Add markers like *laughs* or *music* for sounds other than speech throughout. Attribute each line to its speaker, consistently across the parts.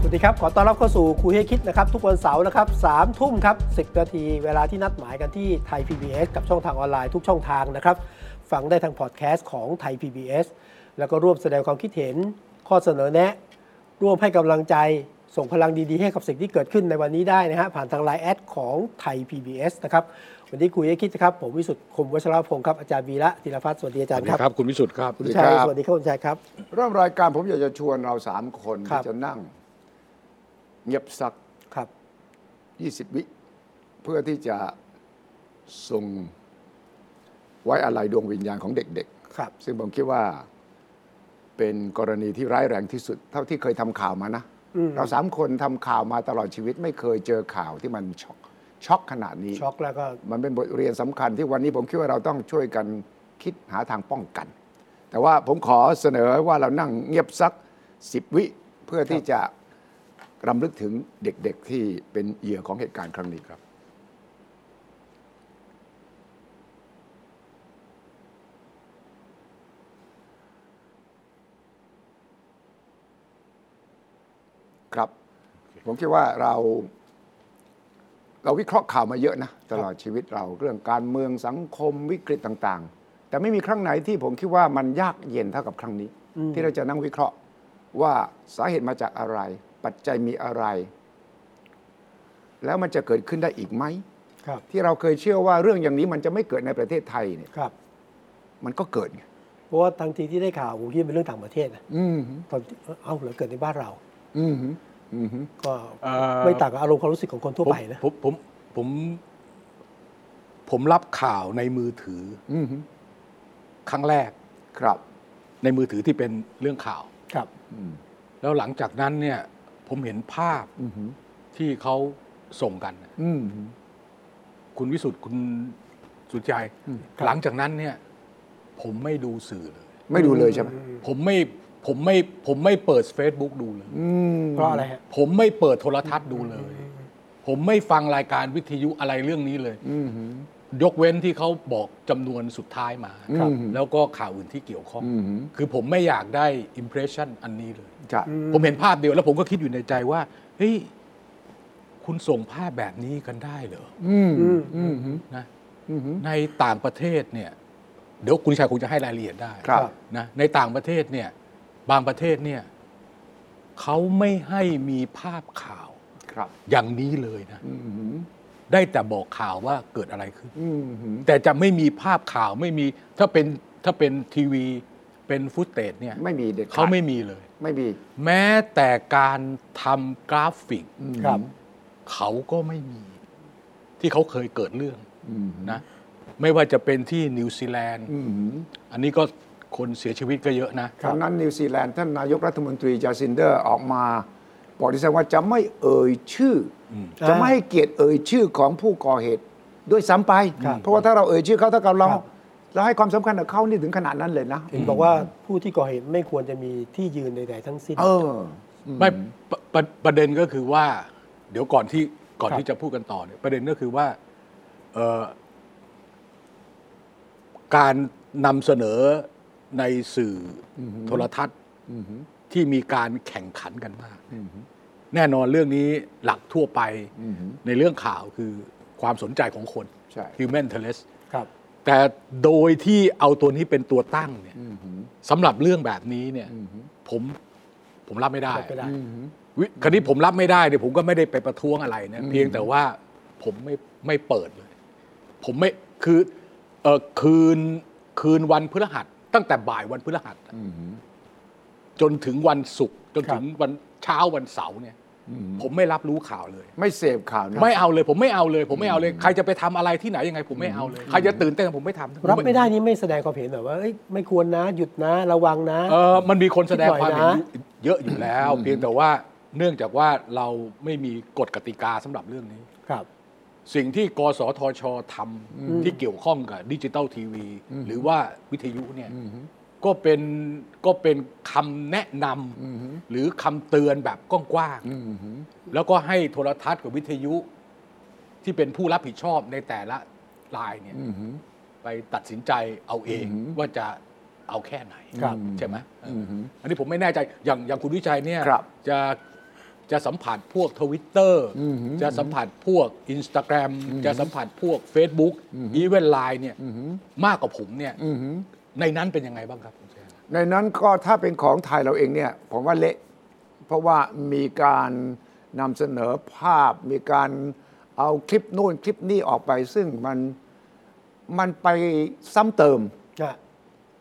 Speaker 1: สวัสดีครับ ขอต้อนรับเข้าสู่คุยให้คิดนะครับ ทุกวันเสาร์นะครับสามทุ่มครับสินาที เวลาที่นัดหมายกันที่ไทย PBS กับช่องทางออนไลน์ทุกช่องทางนะครับ ฟังได้ทางพอดแคสต์ของไทย PBS แล้วก็ร่วมแสดงความคิดเห็น ข้อเสนอแนะ ร่วมให้กำลังใจส่งพลังดีๆ ให้กับสิ่งที่เกิดขึ้นในวันนี้ได้นะฮะผ่านทางไลน์แอดของไทย PBS นะครับวันนี้คุยให้คิดนะครับผมวิสุทธิ์คมวัชรพงศ์ครับอาจารย์วีระธีรพัฒน์สวัสดีอาจารย์ครับ
Speaker 2: ครับคุณวิสุทธ์ครับ
Speaker 1: คุณชัยสวัสดีครับคุณชัยครับ
Speaker 3: เริ่มรายการผมอยากจะชวนเราสามคน
Speaker 1: ครับ
Speaker 3: ที่จะนั่ง เงียบสัก
Speaker 1: ครับ
Speaker 3: 20 วิเพื่อที่จะส่งไว้อะไรดวงวิญญาณของเด็ก
Speaker 1: ครับ
Speaker 3: ๆ ซึ่งผมคิดว่าเป็นกรณีที่ร้ายแรงที่สุด เท่าที่เคยทำข่าวมานะ เราสามคนทำข่าวมาตลอดชีวิต ไม่เคยเจอข่าวที่มันช็อกช็อกขนาดนี้
Speaker 1: ช็อกแล้วก็
Speaker 3: มันเป็นบทเรียนสำคัญที่วันนี้ผมคิดว่าเราต้องช่วยกันคิดหาทางป้องกัน แต่ว่าผมขอเสนอว่าเรานั่งเงียบสักสิบวิ เพื่อที่จะรำลึกถึงเด็กๆที่เป็นเหยื่อของเหตุการณ์ครั้งนี้ครับ ครับ ผมคิดว่าเรา เราวิเคราะห์ข่าวมาเยอะนะ ตลอดชีวิตเราเรื่องการเมืองสังคมวิกฤตต่างๆ แต่ไม่มีครั้งไหนที่ผมคิดว่ามันยากเย็นเท่ากับครั้งนี้ ที่เราจะนั่งวิเคราะห์ว่าสาเหตุมาจากอะไร ปัจจัยมีอะไร แล้วมันจะเกิดขึ้นได้อีกไหม
Speaker 1: ครับ
Speaker 3: ที่เราเคยเชื่อว่าเรื่องอย่างนี้มันจะไม่เกิดในประเทศไทยเนี่ย
Speaker 1: ครับ
Speaker 3: มันก็เกิดไง
Speaker 1: เพราะว่าทันทีที่ได้ข่าวผมคิดว่าเป็นเรื่องต่างประเทศนะ
Speaker 3: อืม
Speaker 1: ตอนที่เอ้าเหรือเกิดในบ้านเรา
Speaker 3: อืมอืม
Speaker 1: ก็ไม่ต่างกับอารมณ์ความรู้สึกของคนทั่วไปนะ
Speaker 2: ผมผมผม ผมรับข่าวในมือถือ
Speaker 3: อืมฮึ
Speaker 2: ครั้งแรก
Speaker 3: ครับ
Speaker 2: ในมือถือที่เป็นเรื่องข่าว
Speaker 1: ครับ
Speaker 3: อืม
Speaker 2: แล้วหลังจากนั้นเนี่ย ผมเห็นภาพ
Speaker 3: อืมฮึ
Speaker 2: ที่เขาส่งกัน
Speaker 3: อืมฮึ
Speaker 2: คุณวิสุทธ์คุณสุทธิชัย
Speaker 1: ครับ
Speaker 2: หลังจากนั้นเนี่ย ผมไม่ดูสื่อเลย
Speaker 3: ไม่ดูเลยใช่ไหม
Speaker 2: ผมไม่ผมไม่ผมไม่เปิด Facebook ดูเลย
Speaker 3: อืม
Speaker 1: เพราะอะไรฮะ
Speaker 2: ผมไม่เปิดโทรทัศน์ดูเลย ผมไม่ฟังรายการวิทยุอะไรเรื่องนี้เลย
Speaker 3: อืมฮึ
Speaker 2: ยกเว้นที่เขาบอกจำนวนสุดท้ายมา
Speaker 3: ครับ
Speaker 2: แล้วก็ข่าวอื่นที่เกี่ยวข้อง
Speaker 3: อืมฮึ
Speaker 2: คือผมไม่อยากได้อิมเพรสชันอันนี้เลย
Speaker 3: จะ
Speaker 2: ผมเห็นภาพเดียวแล้วผมก็คิดอยู่ในใจว่า เฮ้ย คุณส่งภาพแบบนี้กันได้เหรอ
Speaker 3: อืม
Speaker 1: อืม
Speaker 3: อืมฮึ
Speaker 2: นะ
Speaker 3: อืมฮึ
Speaker 2: ในต่างประเทศเนี่ย เดี๋ยวคุณชายคงจะให้รายละเอียดได้
Speaker 3: ครับ
Speaker 2: นะในต่างประเทศเนี่ย บางประเทศเนี่ยเขาไม่ให้มีภาพข่าว
Speaker 3: ครับ
Speaker 2: อย่างนี้เลยนะ
Speaker 3: อืมฮึ
Speaker 2: ได้แต่บอกข่าวว่าเกิดอะไรขึ้น
Speaker 3: อืมฮึ
Speaker 2: แต่จะไม่มีภาพข่าวไม่มีถ้าเป็นถ้าเป็นทีวีเป็นฟุตเตจเนี่ย
Speaker 3: ไม่มีเด็ดขด
Speaker 2: เขาไม่มีเลย
Speaker 3: ไม่มี
Speaker 2: แม้แต่การทำกราฟิก
Speaker 3: อืม
Speaker 1: ครับ
Speaker 2: เขาก็ไม่มี ที่เขาเคยเกิดเรื่อง
Speaker 3: อืมฮึ
Speaker 2: นะไม่ว่าจะเป็นที่นิวซีแลนด์
Speaker 3: อืมฮึ
Speaker 2: อันนี้ก็คนเสียชีวิตก็เยอะนะ
Speaker 3: ครั้งนั้นนิวซีแลนด์ท่านนายกรัฐมนตรีจาซินเดอร์ออกมาบอกดิฉันว่าจะไม่เอ่ยชื่ออ
Speaker 2: ม
Speaker 3: จะไม่ให้เกียรติเอ่ยชื่อของผู้ก่อเหตุด้วยซ้ำไป
Speaker 1: ครับ
Speaker 3: เพราะว่าถ้าเราเอ่ยชื่อเขาถ้ากับเรา
Speaker 1: ครับ
Speaker 3: เราให้ความสำคัญกับเขานี่ถึงขนาดนั้นเลยนะ
Speaker 1: เห็นบอกว่าผู้ที่ก่อเหตุไม่ควรจะมีที่ยืนใดๆทั้งสิ้น
Speaker 3: เออ
Speaker 2: ไม่ปปประเด็นก็คือว่า เดี๋ยวก่อนที่ก่อน
Speaker 1: ครับ
Speaker 2: ที่จะพูดกันต่อเนี่ยประเด็นก็คือว่าเอ่อการนำเสนอในสื่ออโทรทัศน์ที่มีการแข่งขันกันมาก แน่นอนเรื่องนี้หลักทั่วไปในเรื่องข่าวคือความสนใจของคน
Speaker 3: ใช่
Speaker 2: human interest
Speaker 1: ครับ
Speaker 2: แต่โดยที่เอาตัวนี้เป็นตัวตั้งเนี่ยสำหรับเรื่องแบบนี้เนี่ยผมผมรับไม่ได้
Speaker 1: รับไม่ได้
Speaker 2: วิคราวนี้ผมรับไม่ได้เนี่ยผมก็ไม่ได้ไปประท้วงอะไรนะเพียงแต่ว่าผมไม่ไม่เปิดเลย ผมไม่คือเออคืนคืนวันพฤหัส ตั้งแต่บ่ายวันพฤหัสอะจนถึงวันศุกร์จนถึงวันเช้าวันเสาร์เนี่ย ผมไม่รับรู้ข่าวเลย
Speaker 3: ไม่เสพข่าวนะ
Speaker 2: ไม่เอาเลย ผมไม่เอาเลย ผมไม่เอาเลย ใครจะไปทำอะไรที่ไหนยังไง ผมไม่เอาเลยใครจะตื่นเต้นผมไม่ทำ
Speaker 1: รับไม่ได้นี่ไม่แสดงความเห็นแบบว่าเอ้ยไม่ควรนะ หยุดนะ ระวังนะ
Speaker 2: เออมันมีคนแสดง
Speaker 1: คิดหน่อย
Speaker 2: ความเห็น
Speaker 1: นะ
Speaker 2: อยู่เยอะอยู่แล้ว เพียงแต่ว่า เนื่องจากว่าเราไม่มีกฎกติกาสำหรับเรื่องนี้
Speaker 1: ครับ
Speaker 2: สิ่งที่กสทชทำที่เกี่ยวข้องกับดิจิตอลทีวี หรือว่าวิทยุเนี่ยก็เป็นก็เป็นคำแนะนำหรือคำเตือนแบบกว้างๆแล้วก็ให้โทรทัศน์กับวิทยุ ที่เป็นผู้รับผิดชอบในแต่ละรายเนี่ยไปตัดสินใจเอาเองว่าจะเอาแค่ไหน
Speaker 1: ครับ
Speaker 2: ใช่ไหมเออออันนี้ผมไม่แน่ใจอย่างอย่างคุณวิชัยเนี่ย
Speaker 3: ครับ
Speaker 2: จะ จะสัมผัสพวกทวิตเตอร์จะสัมผัสพวกอินสตาแกรมจะสัมผัสพวก Facebook อีเวนไลน์เนี่ยมากกว่าผมเนี่ยในนั้นเป็นยังไงบ้างครับคุณเชษฐ์
Speaker 3: ในนั้นก็ถ้าเป็นของไทยเราเองเนี่ย ผมว่าเละ เพราะว่ามีการนำเสนอภาพ มีการเอาคลิปนู่นคลิปนี่ออกไป ซึ่งมันมันไปซ้ำเติม
Speaker 1: อ่ะ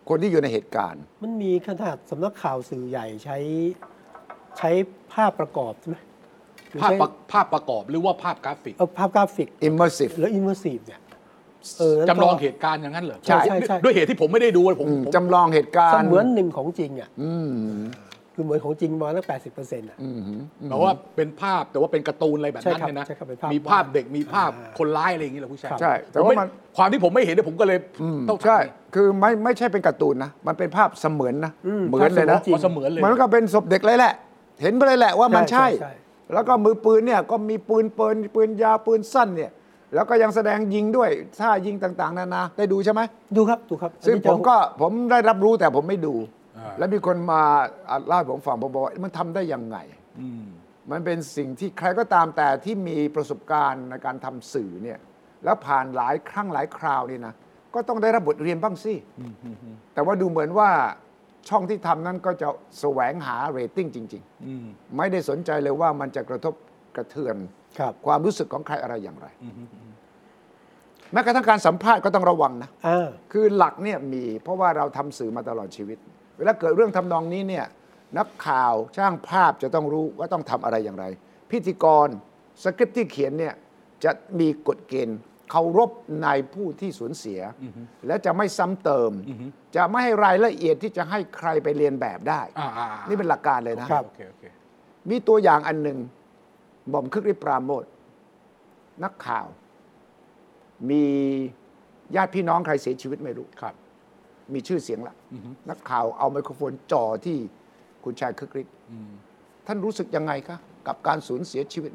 Speaker 3: คนที่อยู่ในเหตุการณ์
Speaker 1: มันมีขนาดสำนักข่าวสื่อใหญ่ใช้ใช้ภาพประกอบใช่ไหมหรือ
Speaker 2: ภาพ
Speaker 1: ใช้
Speaker 2: ประภาพประกอบหรือว่าภาพกราฟิก
Speaker 1: เอาภาพกราฟิก
Speaker 3: immersive
Speaker 1: แล้วอินเวอร์ซีฟเนี่ยเแล้วก็
Speaker 2: จำลองเหตุการณ์อย่างนั้นเหรอ
Speaker 1: ใช่ใช่ใช่
Speaker 2: ด้วยเหตุที่ผมไม่ได้ดูเลยผม
Speaker 3: อืม
Speaker 2: ผม
Speaker 3: จำลองเหตุการ
Speaker 1: เส
Speaker 3: ณ์
Speaker 1: มือนหนึ่งของจริงอ่ะ
Speaker 3: อืม
Speaker 1: คือเหมือนของจริงประมาณตั้งแปดสิบเปอร์เซ็นต์อ่ะ
Speaker 3: อืม
Speaker 2: แปลว่าเป็นภาพแต่ว่าเป็นการ์ตูนอะไรแบบนั้
Speaker 1: ใช่
Speaker 2: น
Speaker 1: ครับ
Speaker 2: เนี่ยนะ
Speaker 1: ใช่ครับเป็นภาพ
Speaker 2: มีภาพเด็กมีภาพ
Speaker 1: อ่า
Speaker 2: คนร้ายอะไรอย่างนี้เหรอผู้ชาย
Speaker 3: ใช่ แต่
Speaker 2: ผม
Speaker 3: ว่า
Speaker 2: ไม่
Speaker 3: มัน
Speaker 2: ความที่ผมไม่เห็นเนี่ยผมก็เลยต้องถาม
Speaker 3: ใช่ คือไม่ไม่ใช่เป็นการ์ตูนนะ มันเป็นภาพเสมือนนะ
Speaker 1: อืม
Speaker 3: เหมือนเลยนะ
Speaker 1: ภาพสมมุติจริง
Speaker 2: เพราะเสมือนเลย
Speaker 3: มันก็เป็นศพเด็กเลยแหละ เห็นไปเลยแหละว่ามัน
Speaker 1: ใช่
Speaker 3: ใช่
Speaker 1: ใช่ใช่
Speaker 3: แล้วก็มือปืนเนี่ยก็มีปืนปืนปืนยาวปืนสั้นเนี่ย แล้วก็ยังแสดงยิงด้วยท่ายิงต่างๆ นานา ได้ดูใช่ไหม
Speaker 1: ดูครับดูครับ
Speaker 3: ซึ่ง
Speaker 1: อันนี้
Speaker 3: ผ
Speaker 1: จะ
Speaker 3: มก็ผมได้รับรู้แต่ผมไม่ดู
Speaker 2: อ่า
Speaker 3: แล้วมีคนมาอ่ะเล่าให้ผมฟังผมบอกว่ามันทำได้ยังไง
Speaker 2: อืม
Speaker 3: มันเป็นสิ่งที่ใครก็ตามแต่ที่มีประสบการณ์ในการทำสื่อเนี่ยแล้วผ่านหลายครั้งหลายคราวนี่นะก็ต้องได้รับบทเรียนบ้างสิแต่ว่าดูเหมือนว่าช่องที่ทำนั้นก็จะแสวงหาเรตติ้งจริง
Speaker 2: อืม
Speaker 3: ๆ ไม่ได้สนใจเลยว่ามันจะกระทบกระเทือน
Speaker 1: ครับ
Speaker 3: วามรู้สึกของใครอะไรอย่างไรแม้กระทั่งการสัมภาษณ์ก็ต้องระวังนะ
Speaker 1: อ่า
Speaker 3: คือหลักเนี่ยมีเพราะว่าเราทำสื่อมาตลอดชีวิต เวลาเกิดเรื่องทำนองนี้เนี่ยนักข่าวช่างภาพจะต้องรู้ว่าต้องทำอะไรอย่างไร พิธีกรสคริปต์ที่เขียนเนี่ยจะมีกฎเกณฑ์เคารพในผู้ที่สูญเสีย และจะไม่ซ้ำเติม จะไม่ให้รายละเอียดที่จะให้ใครไปเรียนแบบได้
Speaker 2: อ่าอ่าอ่า
Speaker 3: นี่เป็นหลักการเลยนะ
Speaker 1: ครับ
Speaker 2: โอเคโอเค
Speaker 3: มีตัวอย่างอันหนึ่งหม่อมคึกฤทธิ์ปราโมทนักข่าว มีญาติพี่น้องใครเสียชีวิตไม่รู้
Speaker 2: ครับ
Speaker 3: มีชื่อเสียงละนักข่าวเอาไมโครโฟนจ่อที่คุณชายคึกฤทธิ์ท่านรู้สึกยังไงคะกับการสูญเสียชีวิต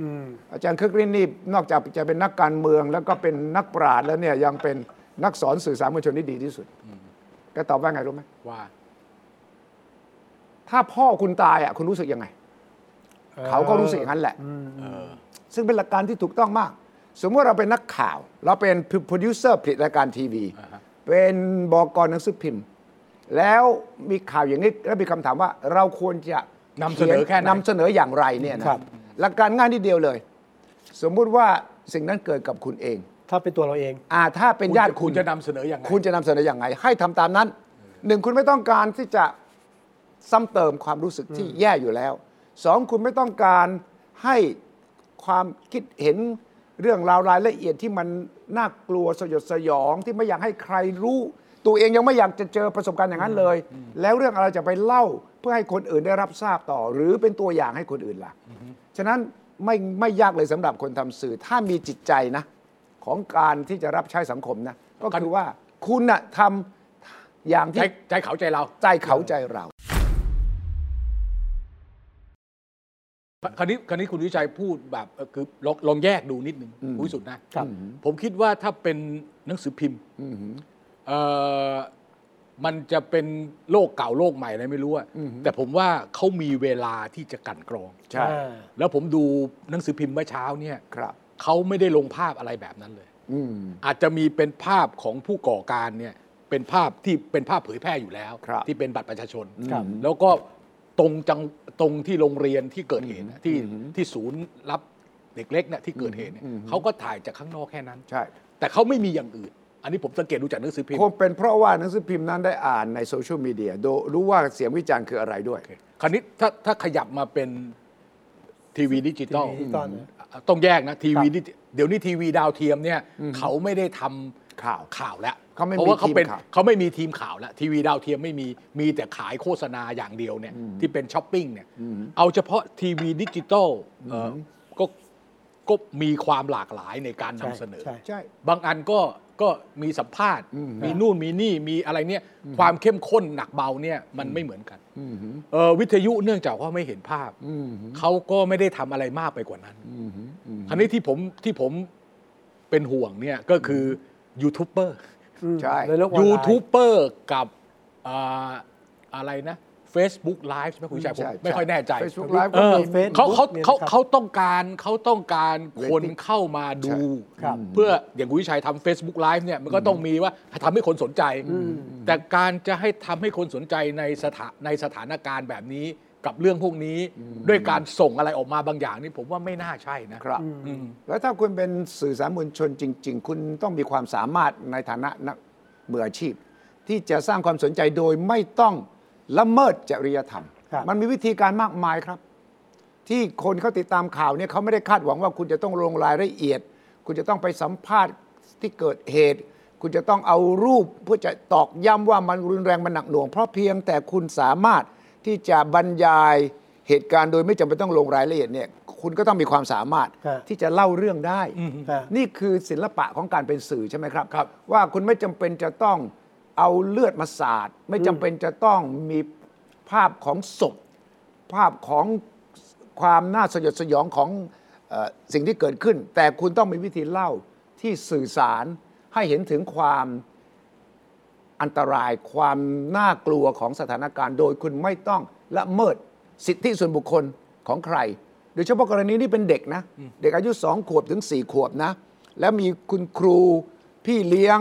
Speaker 1: อืม
Speaker 3: อาจารย์คึกฤทธิ์นี่นอกจากจะเป็นนักการเมือง แล้วก็เป็นนักปราชญ์แล้วเนี่ยยังเป็นนักสอนสื่อสารมวลชนที่ดีที่สุดแก็ตอบว่าไงรู้ไหม
Speaker 2: ว่า
Speaker 3: ถ้าพ่อคุณตายอ่ะคุณรู้สึกยังไง เขาก็รู้สึกอย่างนั้นแหละ
Speaker 2: เออ
Speaker 3: ซึ่งเป็นหลักการที่ถูกต้องมาก สมมติเราเป็นนักข่าว เราเป็นโปรดิวเซอร์ผลิตรายการทีวี
Speaker 2: อ่าฮะ
Speaker 3: เป็นบอกกรหนังสือพิมพ์ แล้วมีข่าวอย่างนี้ แล้วมีคำถามว่าเราควรจะ
Speaker 2: นำเสนอแค่ไหน
Speaker 3: นำเสนออย่างไรเนี่ยนะครับ หลักการง่ายนิดเดียวเลย สมมุติว่าสิ่งนั้นเกิดกับคุณเอง
Speaker 1: ถ้าเป็นตัวเราเอง
Speaker 3: อาถ้าเป็นญาติ
Speaker 2: คุณจะนำเสนอยังไง
Speaker 3: คุณจะนำเสนออย่างไง ให้ทำตามนั้นหนึ่งคุณไม่ต้องการที่จะซ้ำเติมความรู้สึกที่แย่อยู่แล้วสองคุณไม่ต้องการให้ความคิดเห็นเรื่องราวรายละเอียดที่มันน่ากลัวสยดสยองที่ไม่อยากให้ใครรู้ ตัวเองยังไม่อยากจะเจอประสบการณ์อย่างนั้นเลย แล้วเรื่องอะไรจะไปเล่าเพื่อให้คนอื่นได้รับทราบต่อ หรือเป็นตัวอย่างให้คนอื่นล่ะฉะนั้นไม่ไม่ยากเลยสำหรับคนทำสื่อ ถ้ามีจิตใจนะ ของการที่จะรับใช้สังคมนะ ก็คือว่าคุณน่ะทำอย่าง
Speaker 2: ใจ
Speaker 3: ที่
Speaker 2: ใจเขาใจเรา
Speaker 3: ใจเขาใจเรา
Speaker 2: คราวนี้คราวนี้คุณวิชัยพูดแบบเอ่อคือลองลองแยกดูนิดนึงคุณวิสุทธ์นะครับ ผมคิดว่าถ้าเป็นหนังสือพิมพ์เอ่อมันจะเป็นโลกเก่าโลกใหม่อะไรไม่รู้อะแต่ผมว่าเขามีเวลาที่จะกลันกรอง
Speaker 3: ใช่
Speaker 1: อ่า
Speaker 2: แล้วผมดูหนังสือพิมพ์เมื่อเช้าเนี่ย
Speaker 3: ครับ
Speaker 2: เขาไม่ได้ลงภาพอะไรแบบนั้นเลย
Speaker 3: อืม
Speaker 2: อาจจะมีเป็นภาพของผู้ก่อการเนี่ยเป็นภาพที่เป็นภาพเผยแพร่อยู่แล้ว
Speaker 3: ครับ
Speaker 2: ที่เป็นบัตรประชาชน
Speaker 1: ครับ
Speaker 2: แล้วก็ตรงจังตรงที่โรงเรียนที่เกิดเหตุนะที่ที่ศูนย์รับเด็กเล็กเนี่ยที่เกิดเหตุเนี่ยเขาก็ถ่ายจากข้างนอกแค่นั้น
Speaker 3: ใช่
Speaker 2: แต่เขาไม่มีอย่างอื่น อันนี้ผมสังเกตดูจากหนังสือพิมพ์
Speaker 3: คงเป็นเพราะว่าหนังสือพิมพ์นั้นได้อ่านในโซเชียลมีเดียโดยรู้ว่าเสียงวิจารณ์คืออะไรด้วย
Speaker 2: โอเคคราวนี้ถ้าถ้าขยับมาเป็นทีวีดิจิตอล
Speaker 1: ทีวีดิจิตอลนะ
Speaker 2: อ่ะต้องแยกนะทีวีดิจิเดี๋ยวนี้ทีวีดาวเทียมเนี่ยเขาไม่ได้ทำ
Speaker 3: ข่าว
Speaker 2: ข่าวแล้ว
Speaker 3: เขาไม่
Speaker 2: เพราะ
Speaker 3: มี
Speaker 2: ว่าเขา
Speaker 3: ทีม
Speaker 2: เป็น
Speaker 3: ข่าว
Speaker 2: เขาไม่มีทีมข่าวแล้วทีวีดาวเทียมไม่มีมีแต่ขายโฆษณาอย่างเดียวเนี่ยที่เป็นช้อปปิ้งเนี่ยเอาเฉพาะทีวีดิจิตอลเอ่ออก็ก็มีความหลากหลายในการนำเสนอ
Speaker 1: ใช่
Speaker 3: ใช่
Speaker 2: บางอันก็ก็มีสัมภาษณ์
Speaker 3: อืม
Speaker 2: มีนู่นมีนี่มีอะไรเนี่ยความเข้มข้นหนักเบาเนี่ยมันไม่เหมือนกันเอ่อวิทยุเนื่องจากว่าไม่เห็นภาพ
Speaker 3: อืมฮึ
Speaker 2: เขาก็ไม่ได้ทำอะไรมากไปกว่านั้น
Speaker 3: อืมฮึอืม
Speaker 2: คราวนี้ที่ผมที่ผมเป็นห่วงเนี่ยก็คือยูทูบเบอร์
Speaker 1: อืม
Speaker 3: ใช่
Speaker 1: ในโลกออนไล
Speaker 2: ยู
Speaker 1: น์
Speaker 2: ทูบเบอร์กับอ่าอะไรนะ Facebook Live ใช่ไหมคุณชายผม
Speaker 3: ใช่
Speaker 2: ไม่ค่อยแน่ใจ
Speaker 3: Facebook Live
Speaker 2: เอ
Speaker 3: ก็
Speaker 2: อ
Speaker 3: มี
Speaker 1: Facebook
Speaker 2: เขาเขา
Speaker 1: เนี่ยนะครับ
Speaker 2: เขาเขาต้องการเขาต้องการคน
Speaker 3: Rating
Speaker 2: เข้ามาดู
Speaker 1: ใช่ครับ
Speaker 2: เพื่ออย่างคุณวิชัยทำ Facebook Live เนี่ยมันก็ต้องมีว่าทำให้คนสนใจ แต่การจะให้ทำให้คนสนใจในสถานในสถานการณ์แบบนี้กับเรื่องพวกนี้ ด้วยการส่งอะไรออกมาบางอย่างนี่ผมว่าไม่น่าใช่นะครับ อืม
Speaker 3: แล้วถ้าคุณเป็นสื่อสารมวลชนจริง ๆ คุณต้องมีความสามารถในฐานะนักมืออาชีพ ที่จะสร้างความสนใจโดยไม่ต้องละเมิดจริยธรรม
Speaker 1: ครับ
Speaker 3: มันมีวิธีการมากมายครับ ที่คนเขาติดตามข่าวเนี่ยเขาไม่ได้คาดหวังว่าคุณจะต้องลงรายละเอียด คุณจะต้องไปสัมภาษณ์ที่เกิดเหตุ คุณจะต้องเอารูปเพื่อจะตอกย้ำว่ามันรุนแรงมันหนักหน่วง เพราะเพียงแต่คุณสามารถที่จะบรรยายเหตุการณ์โดยไม่จำเป็นต้องลงรายละเอียดเนี่ยคุณก็ต้องมีความสามารถ
Speaker 1: ครับ
Speaker 3: ที่จะเล่าเรื่องได้
Speaker 1: ใช่
Speaker 3: นี่คือศิลปะของการเป็นสื่อใช่ไหมครับ
Speaker 2: ครับ
Speaker 3: ว่าคุณไม่จำเป็นจะต้องเอาเลือดมาสาด ไม่จำเป็นจะต้องมีภาพของศพ ภาพของความน่าสยดสยองของเออสิ่งที่เกิดขึ้น แต่คุณต้องมีวิธีเล่าที่สื่อสารให้เห็นถึงความอันตรายความน่ากลัวของสถานการณ์ โดยคุณไม่ต้องละเมิดสิทธิส่วนบุคคลของใคร โดยเฉพาะกรณีนี้เป็นเด็กนะ เด็กอายุ 2 ขวบถึง 4 ขวบนะ แล้วมีคุณครูพี่เลี้ยง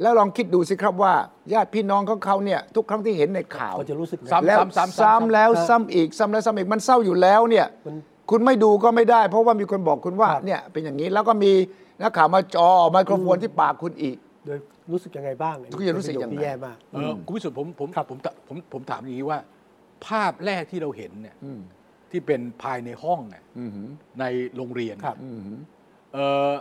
Speaker 3: แล้วลองคิดดูสิครับว่า ญาติพี่น้องของเขาเนี่ยทุกครั้งที่เห็นในข่าว
Speaker 1: เขาจะรู้สึกไง
Speaker 2: ซ้ำ
Speaker 3: แล้ว
Speaker 2: ซ้ำซ้ำ
Speaker 3: ซ้ำแล้วซ้ำอีกซ้ำแล้วซ้ำอีกมันเศร้าอยู่แล้วเนี่ย
Speaker 1: มัน
Speaker 3: คุณไม่ดูก็ไม่ได้ เพราะว่ามีคนบอกคุณว่า
Speaker 1: ครับ
Speaker 3: เนี่ยเป็นอย่างนี้แล้วก็มีนักข่าวมาจอไมโครโฟนที่ปากคุณอีก
Speaker 1: โดยรู้สึกยังไงบ้าง
Speaker 3: ทุกอย่างรู้สึกยังไง
Speaker 1: เป็นปะโคที่แย่มาก
Speaker 2: เอ่ออคุณวิสุทธิ์ผมผมผมผมผมถามอย่างนี้ว่า ภาพแรกที่เราเห็นเนี่ยที่เป็นภายในห้องเนี่ยในโรงเรียน
Speaker 1: ครับ
Speaker 2: เอ่อ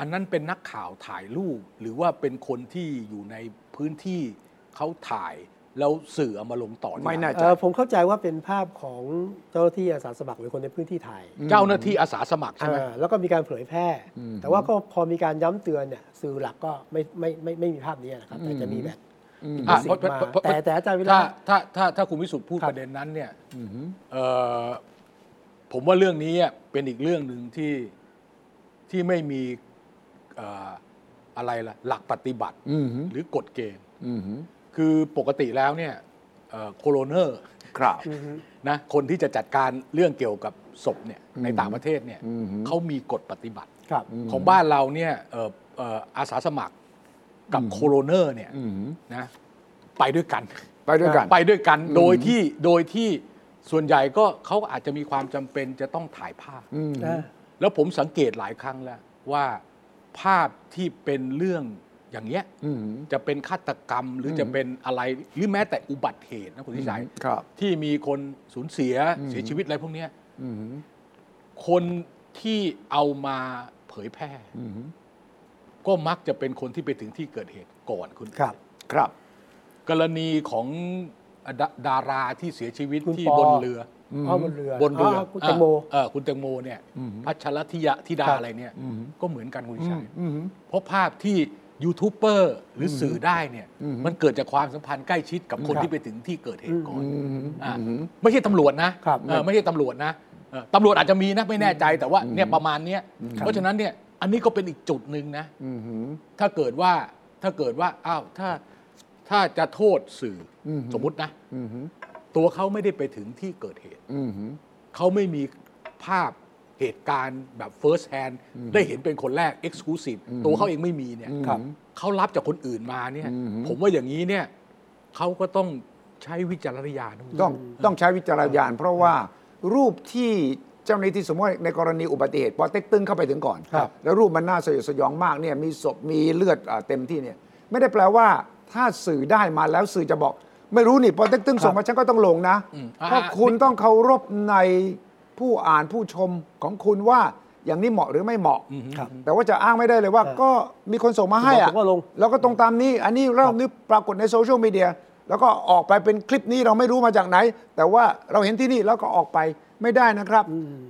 Speaker 2: อันนั้นเป็นนักข่าวถ่ายรูป หรือว่าเป็นคนที่อยู่ในพื้นที่เขาถ่ายแล้วสื่อเอามาลงต่อที่
Speaker 3: ไม่น่า
Speaker 1: เอ่อผมเข้าใจว่าเป็นภาพของเจ้าหน้าที่อาสาสมัครหรือคนในพื้นที่ไทย
Speaker 2: เจ้าหน้าที่อาสาสมัครใช่ไหม
Speaker 1: อ่าแล้วก็มีการเผยแพร่ แต่ว่าก็พอมีการย้ำเตือนเนี่ยสื่อหลักก็ไม่ไม่ไม่ไม่มีภาพนี้นะครับ แต่จะมีแบบ
Speaker 2: อ่ะ
Speaker 1: สิ่
Speaker 2: เพราะ
Speaker 1: งมา
Speaker 2: เพราะเพราะ
Speaker 1: แต่แต่อาจารย์วิ
Speaker 2: ถ้า
Speaker 1: ระ
Speaker 2: ถ้าถ้าถ้าคุณวิสุทธ์พูด
Speaker 1: ครับ
Speaker 2: ประเด็นนั้นเนี่ยเอ่อผมว่าเรื่องนี้อ่ะเป็นอีกเรื่องหนึ่งที่ที่ไม่มีเอ่ออะไรล่ะ หลักปฏิบัติหรือกฎเกณฑ์คือปกติแล้วเนี่ยเอ่อโคโรเนอร์
Speaker 3: ครับ
Speaker 2: นะคนที่จะจัดการเรื่องเกี่ยวกับศพเนี่ยในต่างประเทศเนี่ยเขามีกฎปฏิบัติ
Speaker 1: ครับ
Speaker 2: ของบ้านเราเนี่ยเอ่อเอ่ออาสาสมัครกับโคโรเนอร์เนี่ยนะไปด้วยกัน
Speaker 3: ไปด้วยกัน
Speaker 2: ไปด้วยกันโดยที่โดยที่ส่วนใหญ่ก็เขาอาจจะมีความจำเป็นจะต้องถ่ายภาพ
Speaker 1: อ่า
Speaker 2: แล้วผมสังเกตหลายครั้งแล้วว่าภาพที่เป็นเรื่องอย่างเงี้ยจะเป็นฆาตกรรมหรืออจะเป็นอะไรหรือแม้แต่อุบัติเหตุนะคุณทิชัย
Speaker 3: อืมครับ
Speaker 2: ที่มีคนสูญเสียเสียชีวิตอะไรพวกเนี้ยคนที่เอามาเผยแพร่ก็มักจะเป็นคนที่ไปถึงที่เกิดเหตุก่อนคุณ
Speaker 1: ครับ
Speaker 3: ครับ
Speaker 2: กรณีของดาดาราที่เสียชีวิต
Speaker 1: คุณ
Speaker 2: ที่
Speaker 1: ปอ
Speaker 2: บนเรือ
Speaker 1: อ้าวบนเรือบ
Speaker 2: นเรือ
Speaker 1: าวคุณแตงโม
Speaker 2: เออคุณแตงโมเนี่ยพัชรธิยะธิดา
Speaker 1: ครับ
Speaker 2: อะไรเนี่ยก็เหมือนกันคุณชัยเพราะภาพที่ยูทูบเบอร์หรืออสื่อได้เนี่ยมันเกิดจากความสัมพันธ์ใกล้ชิดกับคนที่ไปถึงที่เกิดเหตุก่อนอ่ะไม่ใช่ตำรวจนะครับ เออไม่ใช่ตำรวจนะเออตำรวจอาจจะมีนะไม่แน่ใจแต่ว่าเนี่ยประมาณเนี้ยเพราะฉะนั้นเนี่ยอันนี้ก็เป็นอีกจุดหนึ่งนะ ถ้าเกิดว่าถ้าเกิดว่าอ้าวถ้าถ้าจะโทษสื่ออสมมตินะตัวเขาไม่ได้ไปถึงที่เกิดเหตุเขาไม่มีภาพเหตุการณ์แบบ first hand ได้เห็นเป็นคนแรก exclusive ตัวเขาเองไม่มีเนี่ย
Speaker 1: ครับ
Speaker 2: เขารับจากคนอื่นมาเนี่ย ผมว่าอย่างนี้เนี่ยเขาก็ต้องใช้วิจารณญาณนะคุณ
Speaker 3: ต้องต้องใช้วิจารณญาณเพราะว่ารูปที่เจ้าหน้าที่สมมติในกรณีอุบัติเหตุปอเต็กตึงเข้าไปถึงก่อน
Speaker 1: ครับ
Speaker 3: แล้วรูปมันน่าสยดสยองมากเนี่ยมีศพมีเลือดอ่าเต็มที่เนี่ยไม่ได้แปลว่าถ้าสื่อได้มาแล้วสื่อจะบอก ไม่รู้นี่ปอเต็กตึงส่งมาฉันก็ต้องลงนะ
Speaker 2: อืม
Speaker 3: เพราะคุณต้องเคารพในผู้อ่านผู้ชมของคุณว่า อย่างนี้เหมาะหรือไม่เหมาะ
Speaker 1: ครับ
Speaker 3: แต่ว่าจะอ้างไม่ได้เลยว่า
Speaker 1: อ่า
Speaker 3: ก็มีคนส่งมาให้
Speaker 1: ผ
Speaker 3: อะ
Speaker 1: มก็ลง
Speaker 3: แล้วก็ตรงตามนี้ อันนี้เริ่มนี่ปรากฏในโซเชียลมีเดียแล้วก็ออกไปเป็นคลิปนี้เราไม่รู้มาจากไหน แต่ว่าเราเห็นที่นี่แล้วก็ออกไปไม่ได้นะครับ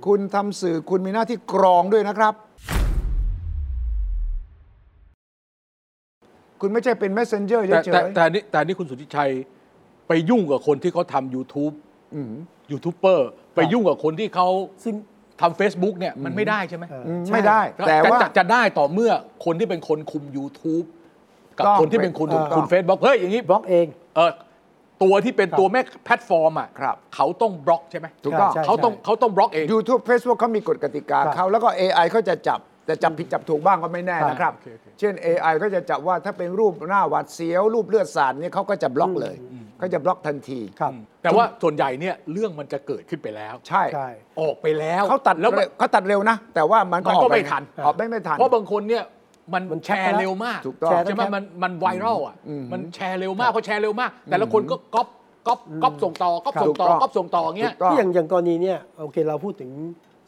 Speaker 3: คุณทำสื่อคุณมีหน้าที่กรองด้วยนะครับ คุณไม่ใช่เป็น messenger
Speaker 2: แต่
Speaker 3: เฉ
Speaker 2: แต่
Speaker 3: ย
Speaker 2: แต่นี่แต่นี่คุณสุทธิชัยไปยุ่งกับคนที่เขาทำ YouTube
Speaker 3: ๆอืม
Speaker 2: ยูทูบเบอร์ไปยุ่งกับคนที่เขา
Speaker 1: ซึ่ง
Speaker 2: ทำ Facebook เนี่ยมันไม่ได้ใช่ไหม
Speaker 1: เอ่อ
Speaker 3: อืม
Speaker 1: ใช่
Speaker 3: ไม่ได้ แต่ว่า
Speaker 2: จะจะได้ต่อเมื่อคนที่เป็นคนคุม YouTube กับ
Speaker 3: ต้อง
Speaker 2: คนที่เป็นคน
Speaker 1: เอ่อ
Speaker 2: คุณเฟซบุ๊กเฮ้ยอย่างนี้
Speaker 1: บล็อกเอง
Speaker 2: เออตัวที่เป็นตัวแม่แพลตฟอร์มอ่ะ
Speaker 3: ครับ
Speaker 2: เขาต้องบล็อกใช่ไหม
Speaker 3: ถูกต้อง
Speaker 1: ใช่
Speaker 2: เขาต้องเขาต้องบล็อกเอง
Speaker 3: YouTube Facebook เขามีกฎกติกา
Speaker 1: ครับ
Speaker 3: เขาแล้วก็ AI เขาจะจับ แต่จับผิดจับถูกบ้างก็ไม่แน่
Speaker 1: ครับ
Speaker 3: นะครับ
Speaker 2: โอเคโอเค
Speaker 3: เช่น AI ก็จะจับว่าถ้าเป็นรูปหน้าหวัดเสียว รูปเลือดสาดเนี่ยเขาก็จะบล็อกเลยเขาจะบล็อกทันที
Speaker 1: ครับ
Speaker 2: แต่ว่าส่วนใหญ่เนี่ยเรื่องมันจะเกิดขึ้นไปแล้ว
Speaker 3: ใช่
Speaker 1: ใช่
Speaker 2: ออกไปแล้ว
Speaker 3: เขาตัด
Speaker 2: แล้ว
Speaker 3: เร็วเขาตัดเร็วนะ แต่ว่ามันก็
Speaker 2: มัน
Speaker 3: ออ
Speaker 2: ก็
Speaker 3: กป
Speaker 2: ไม่ทัน
Speaker 3: ออกไม่ไม่ทัน
Speaker 2: เพราะบางคนเนี่ยมัน
Speaker 1: มันแช
Speaker 2: แช
Speaker 1: ร์
Speaker 2: ร์เร็วมาก
Speaker 3: ถูกต้อง
Speaker 2: ใช่ไหมมันมันไวรัลอ่ะมันแชร์เร็วมากพอแชร์เร็วมาก แต่ละคนก็ก๊อปก๊อปก๊อปส่งต่อก๊อป
Speaker 1: ครับ
Speaker 2: ส่งต่อ
Speaker 3: ถูกต้อง
Speaker 2: ก๊อปส่งต่ออย่าง
Speaker 3: ถู
Speaker 2: เงี้ย
Speaker 3: กต้อง
Speaker 1: ที่อย่างอย่างกรณีเนี่ยโอเคเราพูดถึง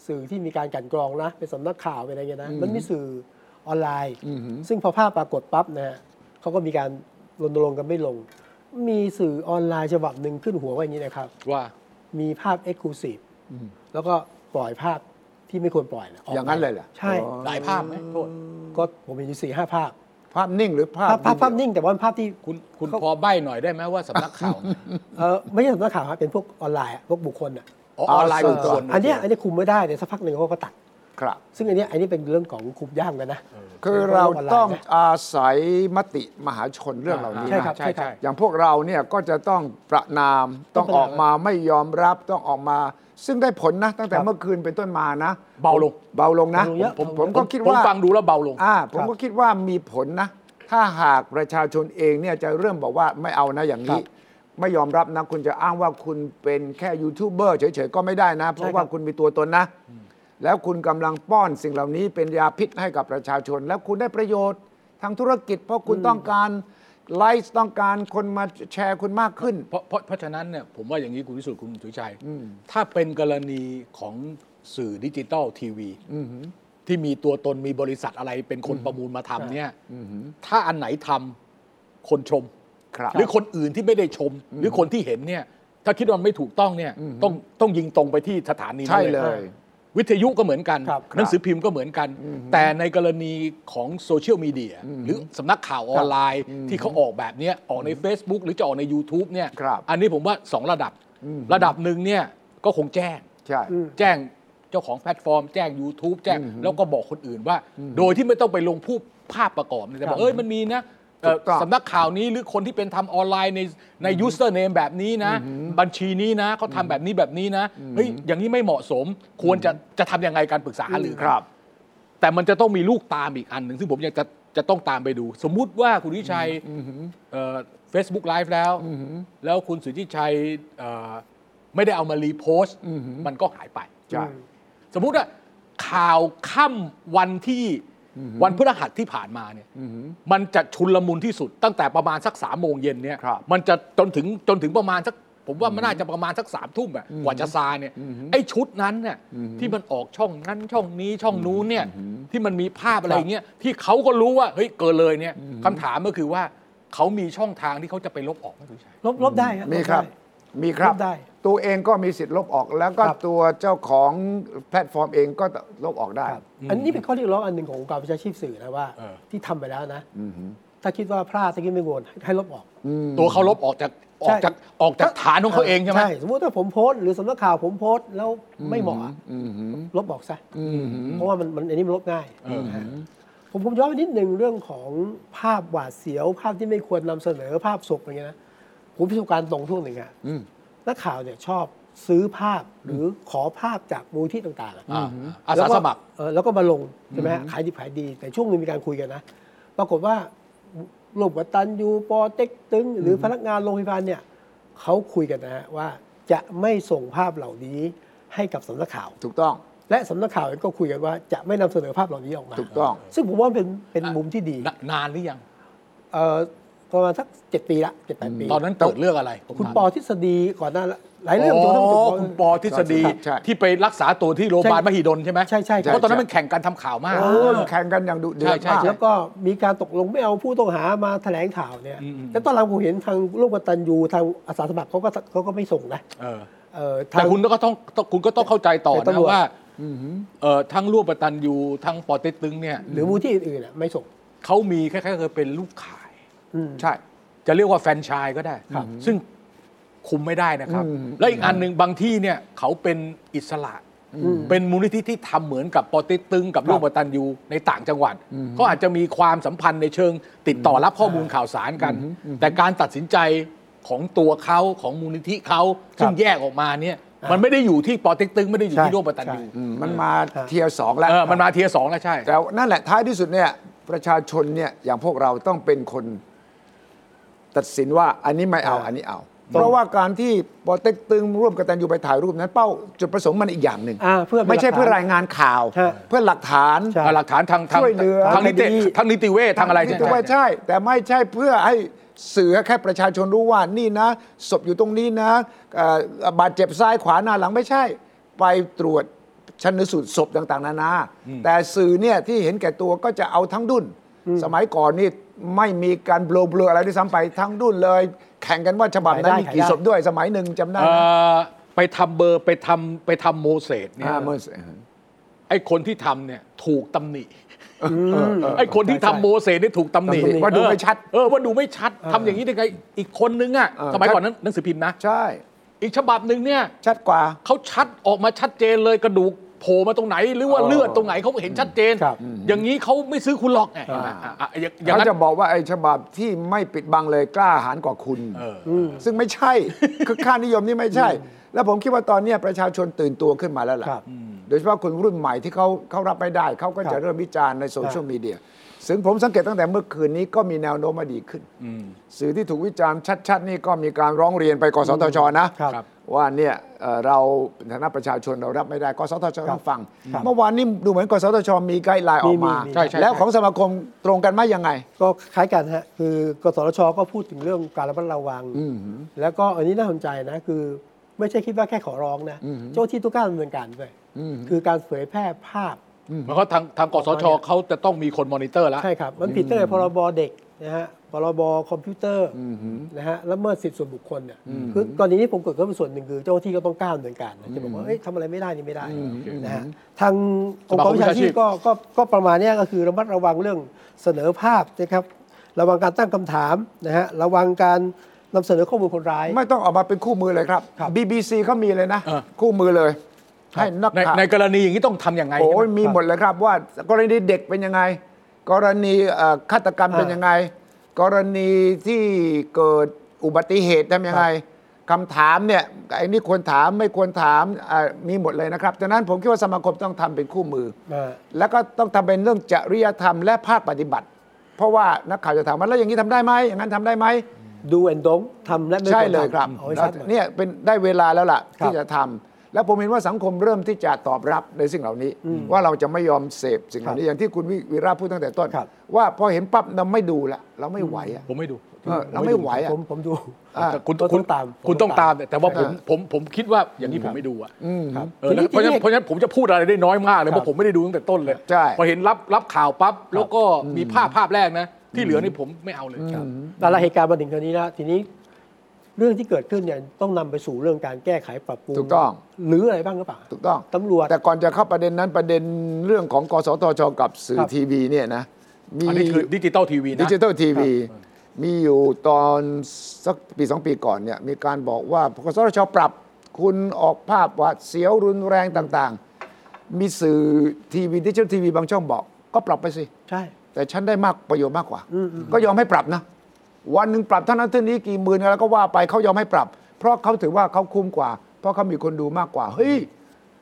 Speaker 1: สื่อที่มีการกลันกรองนะเป็นสำนักข่าวเป็นอะไรเงี้ยนะมันมีสื่อออนไลน์ ซึ่งพอภาพปรากฏปั๊บนะฮะเขาก็มีการรณรงค์กันไม่ลง มีสื่อออนไลน์ฉบับหนึ่งขึ้นหัวว่าอย่างนี้นะครับ
Speaker 2: ว่า
Speaker 1: มีภาพเอ็กซ์คลูซีฟแล้วก็ปล่อยภาพที่ไม่ควรปล่อยนะกม
Speaker 3: อย่างนั้นเลยเหรอ
Speaker 1: ใช่
Speaker 3: อ๋อ
Speaker 2: หลายภาพไหมโทษ
Speaker 1: ก็ผมเห็นอยู่สี่ห้าภาพ
Speaker 3: ภาพนิ่งหรือภาพ
Speaker 1: ภาพภาพภาพนิ่งแต่ว่าเป็นภาพที่
Speaker 2: คุณคุณ
Speaker 1: เขา
Speaker 2: พอใบหน่อยได้ไหมว่าสำนักข่าวไหน
Speaker 1: เออไม่ใช่สำนักข่าวครับเป็นพวกออนไลน์อะพวกบุคคลอ่ะ
Speaker 2: อ๋อออนไลน์บุคคล
Speaker 1: อันเนี้ยอันเนี้ยคุมไม่ได้เดี๋ยวสักพักหนึ่งเขาก็ตัด
Speaker 3: ครับ
Speaker 1: ซึ่งอันเนี้ยอันนี้เป็นเรื่องของคุมยากเหมือนกันนะ
Speaker 3: คือเราต้อง
Speaker 1: เป็นโลกออนไลน์นะ
Speaker 3: อาศัยมติมหาชนเรื่องเหล่านี้
Speaker 1: ใช่
Speaker 3: นะ
Speaker 1: ครับ
Speaker 2: ใช่ใช่
Speaker 3: อย่างพวกเราเนี่ยก็จะต้องประนามต้องออกมาไม่ยอมรับต้องออกมา ซึ่งได้ผลนะ ตั้งแต่
Speaker 1: ครับ
Speaker 3: เมื่อคืนเป็นต้นมานะ
Speaker 2: เบาลง
Speaker 3: เบาลงนะ
Speaker 1: เบาลงเยอะ
Speaker 3: ผม
Speaker 1: เบาลง
Speaker 3: ผมก็คิดว่า
Speaker 2: ผมฟังดูแล้วเบาลง
Speaker 3: อ่าผมก็คิดว่ามีผลนะ ถ้าหากประชาชนเองเนี่ยจะเริ่มบอกว่าไม่เอานะอย่างนี้ ไม่ยอมรับนะ คุณจะอ้างว่าคุณเป็นแค่ยูทูบเบอร์เฉยๆก็ไม่ได้นะ เพราะว่าคุณมีตัวตนนะ แล้วคุณกำลังป้อนสิ่งเหล่านี้เป็นยาพิษให้กับประชาชน แล้วคุณได้ประโยชน์ทางธุรกิจ เพราะคุณต้องการไลฟ์ต้องการคนมาแชร์คุณมากขึ้น
Speaker 2: เพราะเพราะเพราะฉะนั้นเนี่ยผมว่าอย่างนี้คุณวิสุทธิ์คุณสุทธิชัย ถ้าเป็นกรณีของสื่อดิจิตอลทีวีที่มีตัวตนมีบริษัทอะไรเป็นคนประมูลมาทำเนี่ยถ้าอันไหนทำคนชม
Speaker 3: ครับ
Speaker 2: หรือคนอื่นที่ไม่ได้ชม หรือคนที่เห็นเนี่ย ถ้าคิดว่ามันไม่ถูกต้องเนี่ยต้องต้องยิงตรงไปที่สถานีนั้น
Speaker 3: ใช่เลย
Speaker 2: วิทยุก็เหมือนกัน
Speaker 1: ครับ
Speaker 2: หนังสือพิมพ์ก็เหมือนกัน แต่ในกรณีของโซเชียลมีเดียหรือสำนักข่าวออนไลน์ ที่เขาออกแบบเนี้ยออกใน Facebook หรือจะออกใน YouTube เนี่ย
Speaker 3: ครับ
Speaker 2: อันนี้ผมว่า 2 ระดับ ระดับหนึ่งเนี่ยก็คงแจ้ง
Speaker 3: ใช่
Speaker 2: แจ้งเจ้าของแพลตฟอร์ม แจ้ง YouTube แจ้ง แล้วก็บอกคนอื่นว่า โดยที่ไม่ต้องไปลงผู้ภาพประกอบเนี่ยแต่บ
Speaker 1: ครั
Speaker 2: อก
Speaker 1: บ
Speaker 2: เอ้ยมันมีนะเอ่อ
Speaker 3: ถูกต้อง
Speaker 2: สำนักข่าวนี้หรือคนที่เป็นทำออนไลน์ในในยูสเซอร์เนมแบบนี้นะ บัญชีนี้นะเขาทำแบบนี้แบบนี้นะเฮ้ยอย่างนี้ไม่เหมาะสม ควรจะจะทำยังไงการปรึกษาหารือ
Speaker 3: ค
Speaker 2: กัน
Speaker 3: รับ
Speaker 2: แต่มันจะต้องมีลูกตามอีกอันหนึ่งซึ่งผมอยากจะจะต้องตามไปดู สมมุติว่าคุณวิชัยเฟซบุ๊กไลฟ์แล้ว แล้วคุณสุทธิชัยเอ่อไม่ได้เอามารีโพสต์มันก็หายไป
Speaker 3: ใช่
Speaker 2: สมมุติว่าข่าวค่ำวันที่วันพฤหัสที่ผ่านมาเนี่ยมันจะชุนลมุนที่สุด ตั้งแต่ประมาณสักสามโมงเย็นเนี่ย
Speaker 3: ครับ
Speaker 2: มันจะจนถึงจนถึงประมาณสักผมว่ามันน่าจะประมาณสักสามทุ่มอะกว่าจะซาเนี่ยไอ้ชุดนั้นเนี่ยที่มันออกช่องนั้นช่องนี้ช่องนู้นเนี่ยที่มันมีภาพอะไรเงี้ยที่เขาก็รู้ว่าเฮ้ยเกินเลยเนี่ยคำถามก็คือว่าเขามีช่องทางที่เขาจะไปลบออกไหมคุณวิชัย
Speaker 1: ลบลบได้ฮะล
Speaker 3: มี
Speaker 1: ได้
Speaker 3: ครับ มีครับ
Speaker 1: ลบได้
Speaker 3: ตัวเองก็มีสิทธิ์ลบออก แล้วก็
Speaker 1: ครับ
Speaker 3: ตัวเจ้าของแพลตฟอร์มเองก็ลบออกได้
Speaker 1: ครับอันนี้เป็นข้อเรียกร้องอันหนึ่งขององค์การวิชาชีพสื่อนะว่า
Speaker 2: เออ
Speaker 1: ที่ทำไปแล้วนะถ้าคิดว่าพลาดถ้าคิดไม่ควรให้ลบออก
Speaker 2: ตัวเขาลบออกจากออก
Speaker 1: ใช่
Speaker 2: จากออกจากฐานของเขาเองใช่ไหม
Speaker 1: ใช่สมมติถ้าผมโพสต์หรือสำนักข่าวผมโพสต์แล้วไม่เหมาะอะลบออกซะเพราะว่ามันมันอันนี้มันลบง่าย
Speaker 2: เออ
Speaker 1: นะฮะผมผมย้อนไปนิดหนึ่งเรื่องของภาพหวาดเสียว ภาพที่ไม่ควรนำเสนอภาพศพอะไรเงี้ยนะผมพิสบการณ์ตรงช่วงหนึ่งอะนักข่าวเนี่ยชอบซื้อภาพหรือขอภาพจากมูลที่ต่างๆอะ
Speaker 2: อ่าอาสาสมัคร
Speaker 1: แล้วก็เออแล้วก็มาลงใช่ไหมฮะขายดีขายดี แต่ช่วงหนึงมีการคุยกันนะ ปรากฏว่าหลบกับตันยูปอเต็กตึง หรือพนักงานโรงพยาบาลเนี่ยเขาคุยกันนะฮะว่าจะไม่ส่งภาพเหล่านี้ให้กับสำนักข่าว
Speaker 3: ถูกต้อง
Speaker 1: และสำนักข่าวเองก็คุยกันว่าจะไม่นำเสนอภาพเหล่านี้ออกมา
Speaker 3: ถูกต้อง
Speaker 1: ซึ่งผมว่าเป็นเป็นมุมที่ดี
Speaker 2: นานหรือยัง
Speaker 1: เออประมาณสักเจ็ดปีละเจ็ดแปดปี
Speaker 2: ตอนนั้นเกิดเรื่องอะไรผม
Speaker 1: คุณ
Speaker 2: ถาม
Speaker 1: ปอทฤษฎีก่อนหน้าละ หลายเรื่องจนกระทั่งจบ
Speaker 2: อคุณปอทฤษฎี
Speaker 3: ใช่
Speaker 2: ที่ไปรักษาตัวที่โรงพยาบาลมหิดลใช่ไหม
Speaker 1: ใช่ใช่ค
Speaker 2: เพ
Speaker 1: รับ
Speaker 2: ราะตอนนั้นมันแข่งกันทำข่าวมาก
Speaker 1: โอ้
Speaker 3: โอ้ยแข่งกันอย่างดุเดือด
Speaker 2: ใช่
Speaker 3: มาก
Speaker 2: ใช่
Speaker 1: แล้วก็มีการตกลงไม่เอาผู้ต้องหามาแถลงข่าวเนี่ย
Speaker 2: อืม
Speaker 1: แต่ตอนหลังผมเห็นทางร่วมกตันยูทางอาสาสมัครเขาก็เขาก็ไม่ส่งนะ
Speaker 2: เออ
Speaker 1: เอ่อทา
Speaker 2: แต่
Speaker 1: ง
Speaker 2: คุณก็ต้องต้องคุณก็ต้องเข้าใจต่อ
Speaker 1: แต่
Speaker 2: นะ
Speaker 1: ตำรวจ
Speaker 2: ว่าเอ่อทั้งร่วมประตันยูทั้งปอเต็กตึงเนี่ย
Speaker 1: หรือมูลที่อื่นๆน่ะไม่ส่ง
Speaker 2: เขามีแค่แค่คือเป็นลูกข่าย
Speaker 1: อืม
Speaker 3: ใช่
Speaker 2: จะเรียกว่าแฟรนไชายก็ได้
Speaker 1: ครับ
Speaker 2: ซึ่งคุมไม่ได้นะครับ
Speaker 3: อืม
Speaker 2: และอีกอันหนึ่งบางที่เนี่ยเขาเป็นอิสระ
Speaker 1: อืม
Speaker 2: เป็นมูลนิธิที่ทำเหมือนกับปอเติกตึงกับ
Speaker 1: ครับ
Speaker 2: ร่วมกตันยูในต่างจังหวัดเขาอาจจะมีความสัมพันธ์ในเชิงติดต่อรับข้อมูลข่าวสารกัน แต่การตัดสินใจของตัวเขาของมูลนิธิเขาซึ่งแยกออกมาเนี่ยมันไม่ได้อยู่ที่ปอเติกตึงไม่ได้อยู่
Speaker 1: ใช่
Speaker 2: ที่ร่วมกตันยู
Speaker 1: ใช่
Speaker 3: อืมมันมาเทียร์สองแล้ว
Speaker 2: เออมันมาเทียร์สองแล้วใช่
Speaker 3: แต่นั่นแหละท้ายที่สุดเนี่ยประชาชนเนี่ยอย่างพวกเราต้องเป็นคนตัดสินว่าอันนี้ไม่เอา
Speaker 1: อ่า
Speaker 3: อันนี้เอา
Speaker 1: ตรง
Speaker 3: เพราะว่าการที่ปอเต็กตึงร่วมกับตันยูไปถ่ายรูปนั้นเป้าจุดประสงค์มันอีกอย่างหนึ่ง
Speaker 1: อ่าเพื่อเป็น
Speaker 3: ไม่ใช่
Speaker 1: หลักฐาน
Speaker 3: เพื่อรายงานข่าว
Speaker 1: ฮะ
Speaker 3: เพื่อหลักฐาน
Speaker 1: ใช่
Speaker 2: หลักฐานทางทาง
Speaker 3: ช่วยเหลือ
Speaker 2: ทางนิติ
Speaker 1: คดี
Speaker 2: ทางนิติเวชทางอะไร
Speaker 3: นิ
Speaker 2: ใช่
Speaker 3: ติ
Speaker 2: ไหม
Speaker 3: เวชใช่ แต่ไม่ใช่เพื่อให้สื่อแค่ประชาชนรู้ว่านี่นะศพอยู่ตรงนี้นะเอ่อบาดเจ็บซ้ายขวาหน้าหลังไม่ใช่ ไปตรวจชันสูตรศพต่างๆ นานา แต่สื่อเนี่ยที่เห็นแก่ตัวก็จะเอาทั้งดุนสมัยก่อนนี่ไม่มีการเบลอๆอะไรด้วยซ้ำไปทั้งดุนเลย แข่งกันว่าฉบับนั้น
Speaker 1: ขายได้
Speaker 3: มีกี่
Speaker 1: ขายได้
Speaker 3: ศพด้วยสมัยหนึ่งจำได้
Speaker 2: เอ่
Speaker 3: นะ
Speaker 2: อไปทำเบอร์ไปทำไปทำโมเสสเนี่ย
Speaker 3: อ่าเมื่อ
Speaker 2: ไอ้คนที่ทำเนี่ยถูกตำหนิ
Speaker 3: เออเออ
Speaker 2: ไอ้คนที่ทำโมเสสเนี่ยถูกตำหนิ
Speaker 3: ตำหนิว่าดูไม่ชัด
Speaker 2: เออว่าดูไม่ชัดทำอย่างนี้ได้ไงอีกคนนึงอ่ะ
Speaker 3: เออ
Speaker 2: สมัยก่อนนั้นหนังสือพิมพ์นะ
Speaker 3: ใช่
Speaker 2: อีกฉบับหนึ่งเนี่ย
Speaker 3: ชัดกว่า
Speaker 2: เขาชัดออกมาชัดเจนเลยกระดูกโผล่มาตรงไหน หรือว่า
Speaker 3: เออ
Speaker 2: เลือดตรงไหนเขาเห็นชัดเจน
Speaker 1: ครับ
Speaker 2: อย่างนี้เขาไม่ซื้อคุณหรอกไงเห็นไหมอ่ะอ่ะอย่างอย่าง
Speaker 3: เขา
Speaker 2: นั้น
Speaker 3: จะบอกว่าไอ้ฉบับที่ไม่ปิดบังเลยกล้าหาญกว่าคุณ
Speaker 2: เออ
Speaker 3: ซึ่งไม่ใช่ *laughs* คือค่านิยมนี่ไม่ใช่ แล้วผมคิดว่าตอนเนี้ยประชาชนตื่นตัวขึ้นมาแล้วล่ะ
Speaker 1: ครับ
Speaker 3: โดยเฉพาะคนรุ่นใหม่ที่เขาเขารับไม่ได้ เขาก็
Speaker 1: ครั
Speaker 3: จะ
Speaker 1: บ
Speaker 3: เริ่มวิจารณ์ในโซเชียลมีเดียซึ่งผมสังเกตตั้งแต่เมื่อคืนนี้ก็มีแนวโน้มมาดีขึ้น สื่อที่ถูกวิจารณ์ชัด ๆ นี่ก็มีการร้องเรียนไปกสทชนะ
Speaker 1: ครับ
Speaker 3: ว่าเนี่ยเอ่อเราในฐานะประชาชนเรารับไม่ได้กสทช
Speaker 1: ครั
Speaker 3: ต้อบ งฟัง
Speaker 1: ครับ
Speaker 3: เมื่อวานนี้ดูเหมือนกสทชมีไกด์ไลน์ออกมา
Speaker 1: มีมี
Speaker 2: ใช่ใช่
Speaker 3: แล้วของสมาคมตรงกันไหมยังไง
Speaker 1: ก็คล้ายกันฮะคือกสทชก็พูดถึงเรื่องการระมัดระวัง แล้วก็อันนี้น่าสนใจนะคือไม่ใช่คิดว่าแค่ขอร้องนะเจ้าที่ต้องกล้ารดำเนินการด้วยคือการเผยแพร่ภาพ
Speaker 2: เพราะเขาทางทางกสชเขาจะต้องมีคนมอนิเตอร์แล้ว
Speaker 1: ใช่ครับ มันผิดตั้งแต่พรบเด็กนะฮะ พรบคอมพิวเตอร์นะฮะละเมิดสิทธิส่วนบุคคลเนี่ยคือกรณีที่ผมเกิดก็เป็นส่วนหนึ่งคือเจ้าหน้าที่ก็ต้องกล้าดำเนินการนะจะบอกว่าเอ้ยทำอะไรไม่ได้นี่ไม่ได้นะฮะทางองค์กรวิชาชีพก็ก็ก็ประมาณเนี้ยก็คือระมัดระวังเรื่องเสนอภาพนะครับ ระวังการตั้งคำถามนะฮะระวังการนำเสนอข้อมูลคนร้าย
Speaker 3: ไม่ต้องออกมาเป็นคู่มือเลยครับ
Speaker 1: ครับ
Speaker 3: BBC เขามีเลยนะ
Speaker 2: เออ
Speaker 3: คู่มือเลย ให้นัก
Speaker 2: ใน
Speaker 3: ข่าว
Speaker 2: ในกรณีอย่างนี้ต้องทำยังไง
Speaker 3: โอ้ย
Speaker 2: ใช่ไหม
Speaker 3: มีหมดเลยครับว่ากรณีเด็กเป็นยังไง กรณีเอ่อฆาตกรรม
Speaker 1: อ่า
Speaker 3: เป็นยังไง กรณีที่เกิดอุบัติเหตุทำยังไงคำถามเนี่ยไอ้นี่ควรถามไม่ควรถามอ่ามีหมดเลยนะครับดังนั้นผมคิดว่าสมาคมต้องทำเป็นคู่มือ
Speaker 1: เออ
Speaker 3: แล้วก็ต้องทำเป็นเรื่องจริยธรรมและภาคปฏิบัติ เพราะว่านักข่าวจะถามว่าแล้วอย่างนี้ทำได้ไหมอย่างนั้นทำได้ไหม
Speaker 1: ดูแอนดงทำและไม่
Speaker 3: ใช่
Speaker 1: ควร
Speaker 3: เลย
Speaker 1: ทำ
Speaker 3: ครับ
Speaker 1: เอาให้ชัดหน่อย
Speaker 3: เนี่ยเป็นได้เวลาแล้วล่ะ
Speaker 1: ครับ
Speaker 3: ที่จะทำแล้วผมเห็นว่าสังคมเริ่มที่จะตอบรับในสิ่งเหล่านี้ ว่าเราจะไม่ยอมเสพสิ่งเหล่านี้อย่างที่คุณวิวีระพูดตั้งแต่ต้น
Speaker 1: ครับ
Speaker 3: ว่าพอเห็นปั๊บเราไม่ดูละเราไม่ไหวอ่ะ
Speaker 2: ผมไม่ดู
Speaker 3: เออเราไม่ไหวอ่ะ
Speaker 1: ผมผมดู
Speaker 3: อ่า
Speaker 2: แต่คุณ
Speaker 1: ก็ต้อง
Speaker 2: คุณ
Speaker 1: ตาม
Speaker 2: คุณต้องตามแต่ว่าผม
Speaker 3: อ่า
Speaker 2: ผมผมคิดว่าอย่างนี้ผมไม่ดูอ่ะ
Speaker 1: ครับ
Speaker 2: เออแล้วเพ
Speaker 1: ที
Speaker 2: ราะฉะ
Speaker 1: นี้
Speaker 2: นั้นเพราะฉะนั้นผมจะพูดอะไรได้น้อยมากเลยเพ
Speaker 1: ครั
Speaker 2: ราะ
Speaker 1: บ
Speaker 2: ผมไม่ได้ดูตั้งแต่ต้นเลย
Speaker 3: ใช่
Speaker 2: พอเห็นรับรับข่าวปั๊บแล้วก็มีภาพภาพแรกนะ ที่เหลือนี่ผมไม่เอาเลยครับ
Speaker 1: แต่ละเหตุการณ์มาถึงเท่านี้แล้วทีนี้เรื่องที่เกิดขึ้นเนี่ยต้องนำไปสู่เรื่องการแก้ไขปรับปรุง
Speaker 3: ถูกต้อง
Speaker 1: หรืออะไรบ้างหรือเปล่า
Speaker 3: ถูกต้อง
Speaker 1: ตำรวจ
Speaker 3: แต่ก่อนจะเข้าประเด็นนั้นประเด็นเรื่องของกสทชกับสื่อ
Speaker 1: ครับ
Speaker 3: ทีวีเนี่ยนะมี
Speaker 2: อันนี้คือดิจิตอลทีวี
Speaker 3: ดิ
Speaker 2: นะ
Speaker 3: จิตอลทีวีมีอยู่ตอนสักปีสองปีก่อนเนี่ยมีการบอกว่ากสทชปรับคุณออกภาพหว่าดเสียวรุนแรงต่างๆ มีสื่อทีวีดิจิตอลทีวีบางช่องบอก ก็ปรับไปสิ
Speaker 1: ใช่
Speaker 3: แต่ฉันได้มากประโยชน์มากกว่า ก็ยอมให้ปรับนะ วันหนึ่งปรับเท่านั้นเท่านี้กี่หมื่นแล้วก็ว่าไปเขายอมให้ปรับ เพราะเขาถือว่าเขาคุ้มกว่า เพราะเขามีคนดูมากกว่าเฮ้ย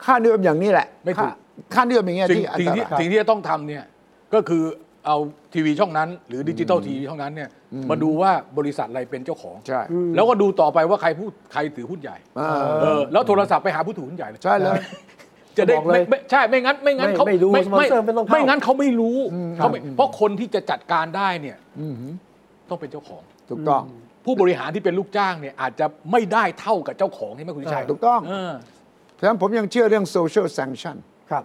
Speaker 3: ค่านิยมอย่างนี้แหละ
Speaker 2: ไม่ถูก
Speaker 3: ค่าค่านิยมอย่างเงี้ย
Speaker 2: สิ่ง
Speaker 3: ที่อัน
Speaker 2: สิ่งที่
Speaker 3: ตราย
Speaker 2: สิ่งที่จะต้องทำเนี่ยก็คือเอาทีวีช่องนั้น หรือดิจิตอลทีวีช่องนั้นเนี่ยมาดูว่าบริษัทอะไรเป็นเจ้าของ
Speaker 3: ใช่
Speaker 2: แล้วก็ดูต่อไปว่าใครผู้ใครถือหุ้นใหญ่
Speaker 3: อ่า
Speaker 2: เออแล้วโทรศัพท์ไปหาผู้ถือหุ้นใหญ่เลย
Speaker 3: ใช่เลย
Speaker 2: จะได้
Speaker 1: บอกเลย
Speaker 2: ไม่ไม่ใช่ไม่งั้นไม่งั้น
Speaker 1: ไม่
Speaker 2: เขา
Speaker 1: ไม่รู้สปอนเซอร์ไม่ต้องเข้า
Speaker 2: ไม่งั้นเขาไม่รู้เขาไม่เพราะคนที่จะจัดการได้เนี่ยต้องเป็นเจ้าของ
Speaker 3: ถูกต้อง
Speaker 2: ผู้บริหารที่เป็นลูกจ้างเนี่ยอาจจะไม่ได้เท่ากับเจ้าของใช่ไหมคุณชัย
Speaker 3: ถูกต้อง
Speaker 2: เออ
Speaker 3: เพราะฉะนั้นผมยังเชื่อเรื่อง social sanction
Speaker 1: ครับ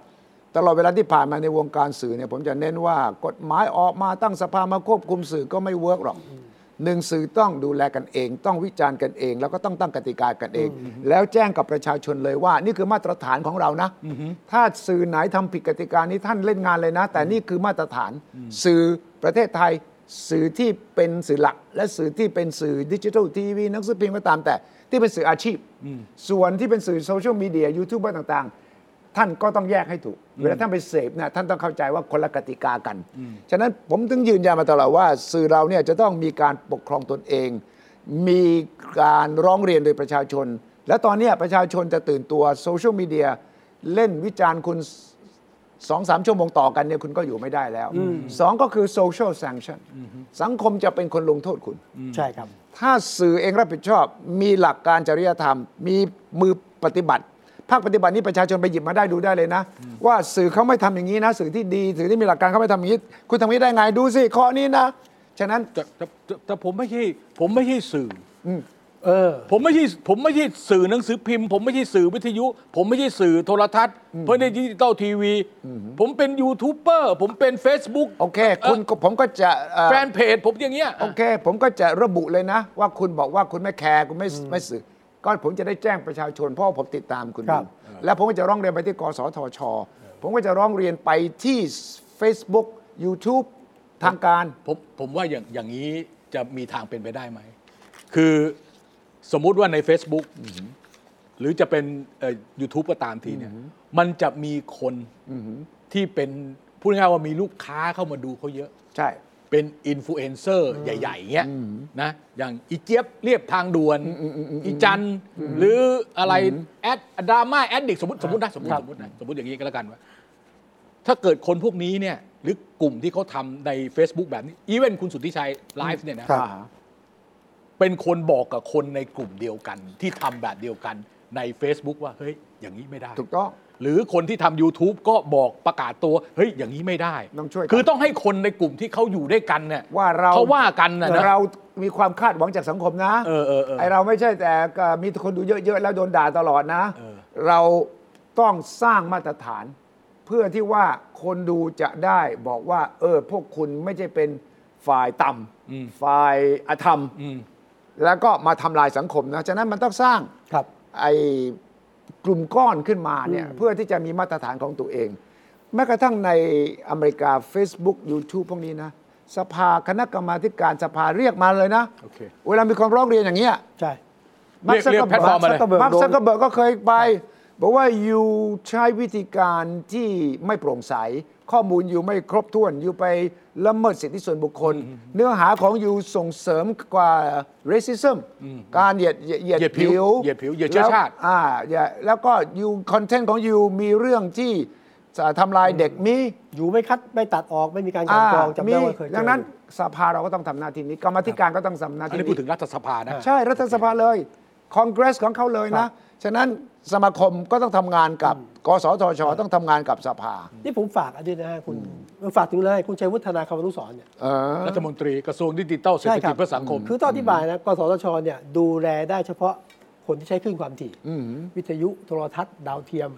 Speaker 3: ตลอดเวลาที่ผ่านมาในวงการสื่อเนี่ยผมจะเน้นว่ากฎหมายออกมาตั้งสภามาควบคุมสื่อก็ไม่เวิร์กหรอกหนึ่งสื่อต้องดูแลกันเอง ต้องวิจารณ์กันเอง แล้วก็ต้องตั้งกติกากันเอง แล้วแจ้งกับประชาชนเลยว่า นี่คือมาตรฐานของเรานะ ถ้าสื่อไหนทำผิดกติกานี้ท่านเล่นงานเลยนะ แต่นี่คือมาตรฐาน สื่อประเทศไทย สื่อที่เป็นสื่อหลัก และสื่อที่เป็นสื่อดิจิทัลทีวีหนังสือพิมพ์ก็ตามแต่ ที่เป็นสื่ออาชีพ ส่วนที่เป็นสื่อโซเชียลมีเดียยูทูบเบอร์ต่างๆ ท่านก็ต้องแยกให้ถูก เวลาท่านไปเสพเนี่ยท่านต้องเข้าใจว่าคนละกติกากัน ฉะนั้นผมถึงยืนยันมาตลอดว่า สื่อเราเนี่ยจะต้องมีการปกครองตนเอง มีการร้องเรียนโดยประชาชน และตอนเนี้ยประชาชนจะตื่นตัวโซเชียลมีเดียเล่นวิจารณ์คุณสองสามชั่วโมงต่อกันเนี่ยคุณก็อยู่ไม่ได้แล้วสองก็คือโซเชียล a n งชั o นสังคมจะเป็นคนลงโทษคุณ
Speaker 1: ใช่ครับ
Speaker 3: ถ้าสื่อเองรับผิดชอบ มีหลักการจริยธรรม มีมือปฏิบัติ ภาคปฏิบัตินี้ประชาชนไปหยิบมาได้ดูได้เลยนะ ว่าสื่อเขาไม่ทำอย่างนี้นะ สื่อที่ดี สื่อที่มีหลักการเขาไม่ทำอย่างนี้ คุณทำอย่างนี้ได้ไงดูสิข้อนี้นะ ฉะนั้น
Speaker 2: แต่แต่แต่แต่ผมไม่ใช่ผมไม่ใช่สื่ออ
Speaker 1: เออ
Speaker 2: ผมไม่ใช่ผมไม่ใช่สื่อหนังสือพิมพ์ ผมไม่ใช่สื่อวิทยุ ผมไม่ใช่สื่อโทรทัศน์เพราะในดิจิตอลทีวี ผมเป็นยูทูบเบอร์ผมเป็น Facebook
Speaker 3: โอเค คุณก็ผมก็จะเอ่อ
Speaker 2: แฟนเพจผมอย่างเงี้ย
Speaker 3: โอเค ผมก็จะระบุเลยนะ ว่าคุณบอกว่าคุณไม่แคร์คุณไม่ไม่สื่อ ก็ผมจะได้แจ้งประชาชน เพราะว่าผมติดตามคุณ
Speaker 1: ค
Speaker 3: อ
Speaker 1: รับ
Speaker 3: ยู่แล้วผมก็จะร้องเรียนไปที่กสทช ผมก็จะร้องเรียนไปที่ Facebook YouTube ทางการ
Speaker 2: ผมผมว่าอย่างอย่างนี้จะมีทางเป็นไปได้ไหม คือสมมุติว่าใน Facebook หรือจะเป็นยูทูบก็ตามทีเนี่ย มันจะมีคนที่เป็นพูดง่ายๆว่ามีลูกค้าเข้ามาดูเขาเยอะ
Speaker 3: ใช่
Speaker 2: เป็นอินฟลูเอนเซอร์ใหญ่ ๆเงี้ยนะอย่างอีเจี๊ยบเรียบทางด่วน อีจันทร์หรืออะไรแอดดราม่าแอดดิกสมมติสมมตินะสมมติสมมตินะสมมติอย่างนี้ก็แล้วกันว่า ถ้าเกิดคนพวกนี้เนี่ยหรือกลุ่มที่เขาทำใน Facebook แบบนี้อีเวนคุณสุทธิชัยไลฟ์เนี่ยนะครับ เป็นคนบอกกับคนในกลุ่มเดียวกัน ที่ทำแบบเดียวกันใน Facebook ว่าเฮ้ยอย่างนี้ไม่ได้
Speaker 3: ถูกต้อง
Speaker 2: หรือคนที่ทำ YouTube ก็บอกประกาศตัว เฮ้ย อย่างนี้ไม่ได้
Speaker 3: ต้องช่วยกัน
Speaker 2: คือต้องให้คนในกลุ่มที่เขาอยู่ด้วยกันเนี่ย
Speaker 3: ว่าเรา
Speaker 2: เขาว่ากันนะนะ
Speaker 3: เรามีความคาดหวังจากสังคมนะ
Speaker 2: เออเออเออ
Speaker 3: ไอเราไม่ใช่แต่ก็มีคนดูเยอะ ๆ แล้วโดนด่าตลอดนะ
Speaker 2: เออ
Speaker 3: เราต้องสร้างมาตรฐาน เพื่อที่ว่าคนดูจะได้บอกว่า เออ พวกคุณไม่ใช่เป็นฝ่ายต่ำฝ่ายอธรรม
Speaker 2: อืม
Speaker 3: แล้วก็มาทำลายสังคมนะ ฉะนั้นมันต้องสร้าง
Speaker 1: ครับ
Speaker 3: ไอกลุ่มก้อนขึ้นมาเนี่ยเพื่อที่จะมีมาตรฐานของตัวเอง แม้กระทั่งในอเมริกา Facebook YouTube พวกนี้นะ สภาคณะกรรมาธิการสภาเรียกมาเลยนะ
Speaker 2: โอเค
Speaker 3: เวลามีคนร้องเรียนอย่างเงี้ย
Speaker 1: ใช่
Speaker 2: เรียกเรียกแพลตฟอร์มมาเลย
Speaker 3: มาร์คซักเกอร์เบิร์กก็เคยไป บอกว่าอยู่ใช้วิธีการที่ไม่โปร่งใส ข้อมูลอยู่ไม่ครบถ้วน อยู่ไปละเมิดสิทธิส่วนบุคคล เนื้อหาของอยู่ส่งเสริมกว่า racism การเหยียดเหยียดเหยียด
Speaker 2: เหยียดผิวเหยียดผิวเหยียดเชื้อชาติ
Speaker 3: แล้วอ่าอย่าแล้วก็ยูคอนเทนต์ของยูมีเรื่องที่จะทำลายเด็กมี
Speaker 1: อยู่ไม่คัดไม่ตัดออกไม่มีการกลั่นกรองจำได้ว่าเคยเจอ
Speaker 3: ดังนั้นสภาเราก็ต้องทำหน้าที่นี้กรรมาธิการก็ต้องทำหน้า
Speaker 2: อัน
Speaker 3: ที่
Speaker 2: นี้พูดถึงรัฐสภานะ
Speaker 3: ใช่รัฐสภาเลยคอนเกรสของเขาเลยนะ ฉะนั้นสมาคมก็ต้องทำงานกับ กสทช ต้องทำงานกับสภา
Speaker 1: นี่ผมฝากอันนี้นะฮะคุณฝากถึงเลย คุณชัยวุฒนาคำนุสรณ์เนี่ย
Speaker 3: เออ
Speaker 2: รัฐมนตรีกระทรวงดิจิทัลเศรษฐกิจเพื่อสังคม
Speaker 1: คือต้องอธิบายนะ กสทชเนี่ยดูแลได้เฉพาะคนที่ใช้คลื่นความถี่ วิทยุโทรทัศน์ ดาวเทียม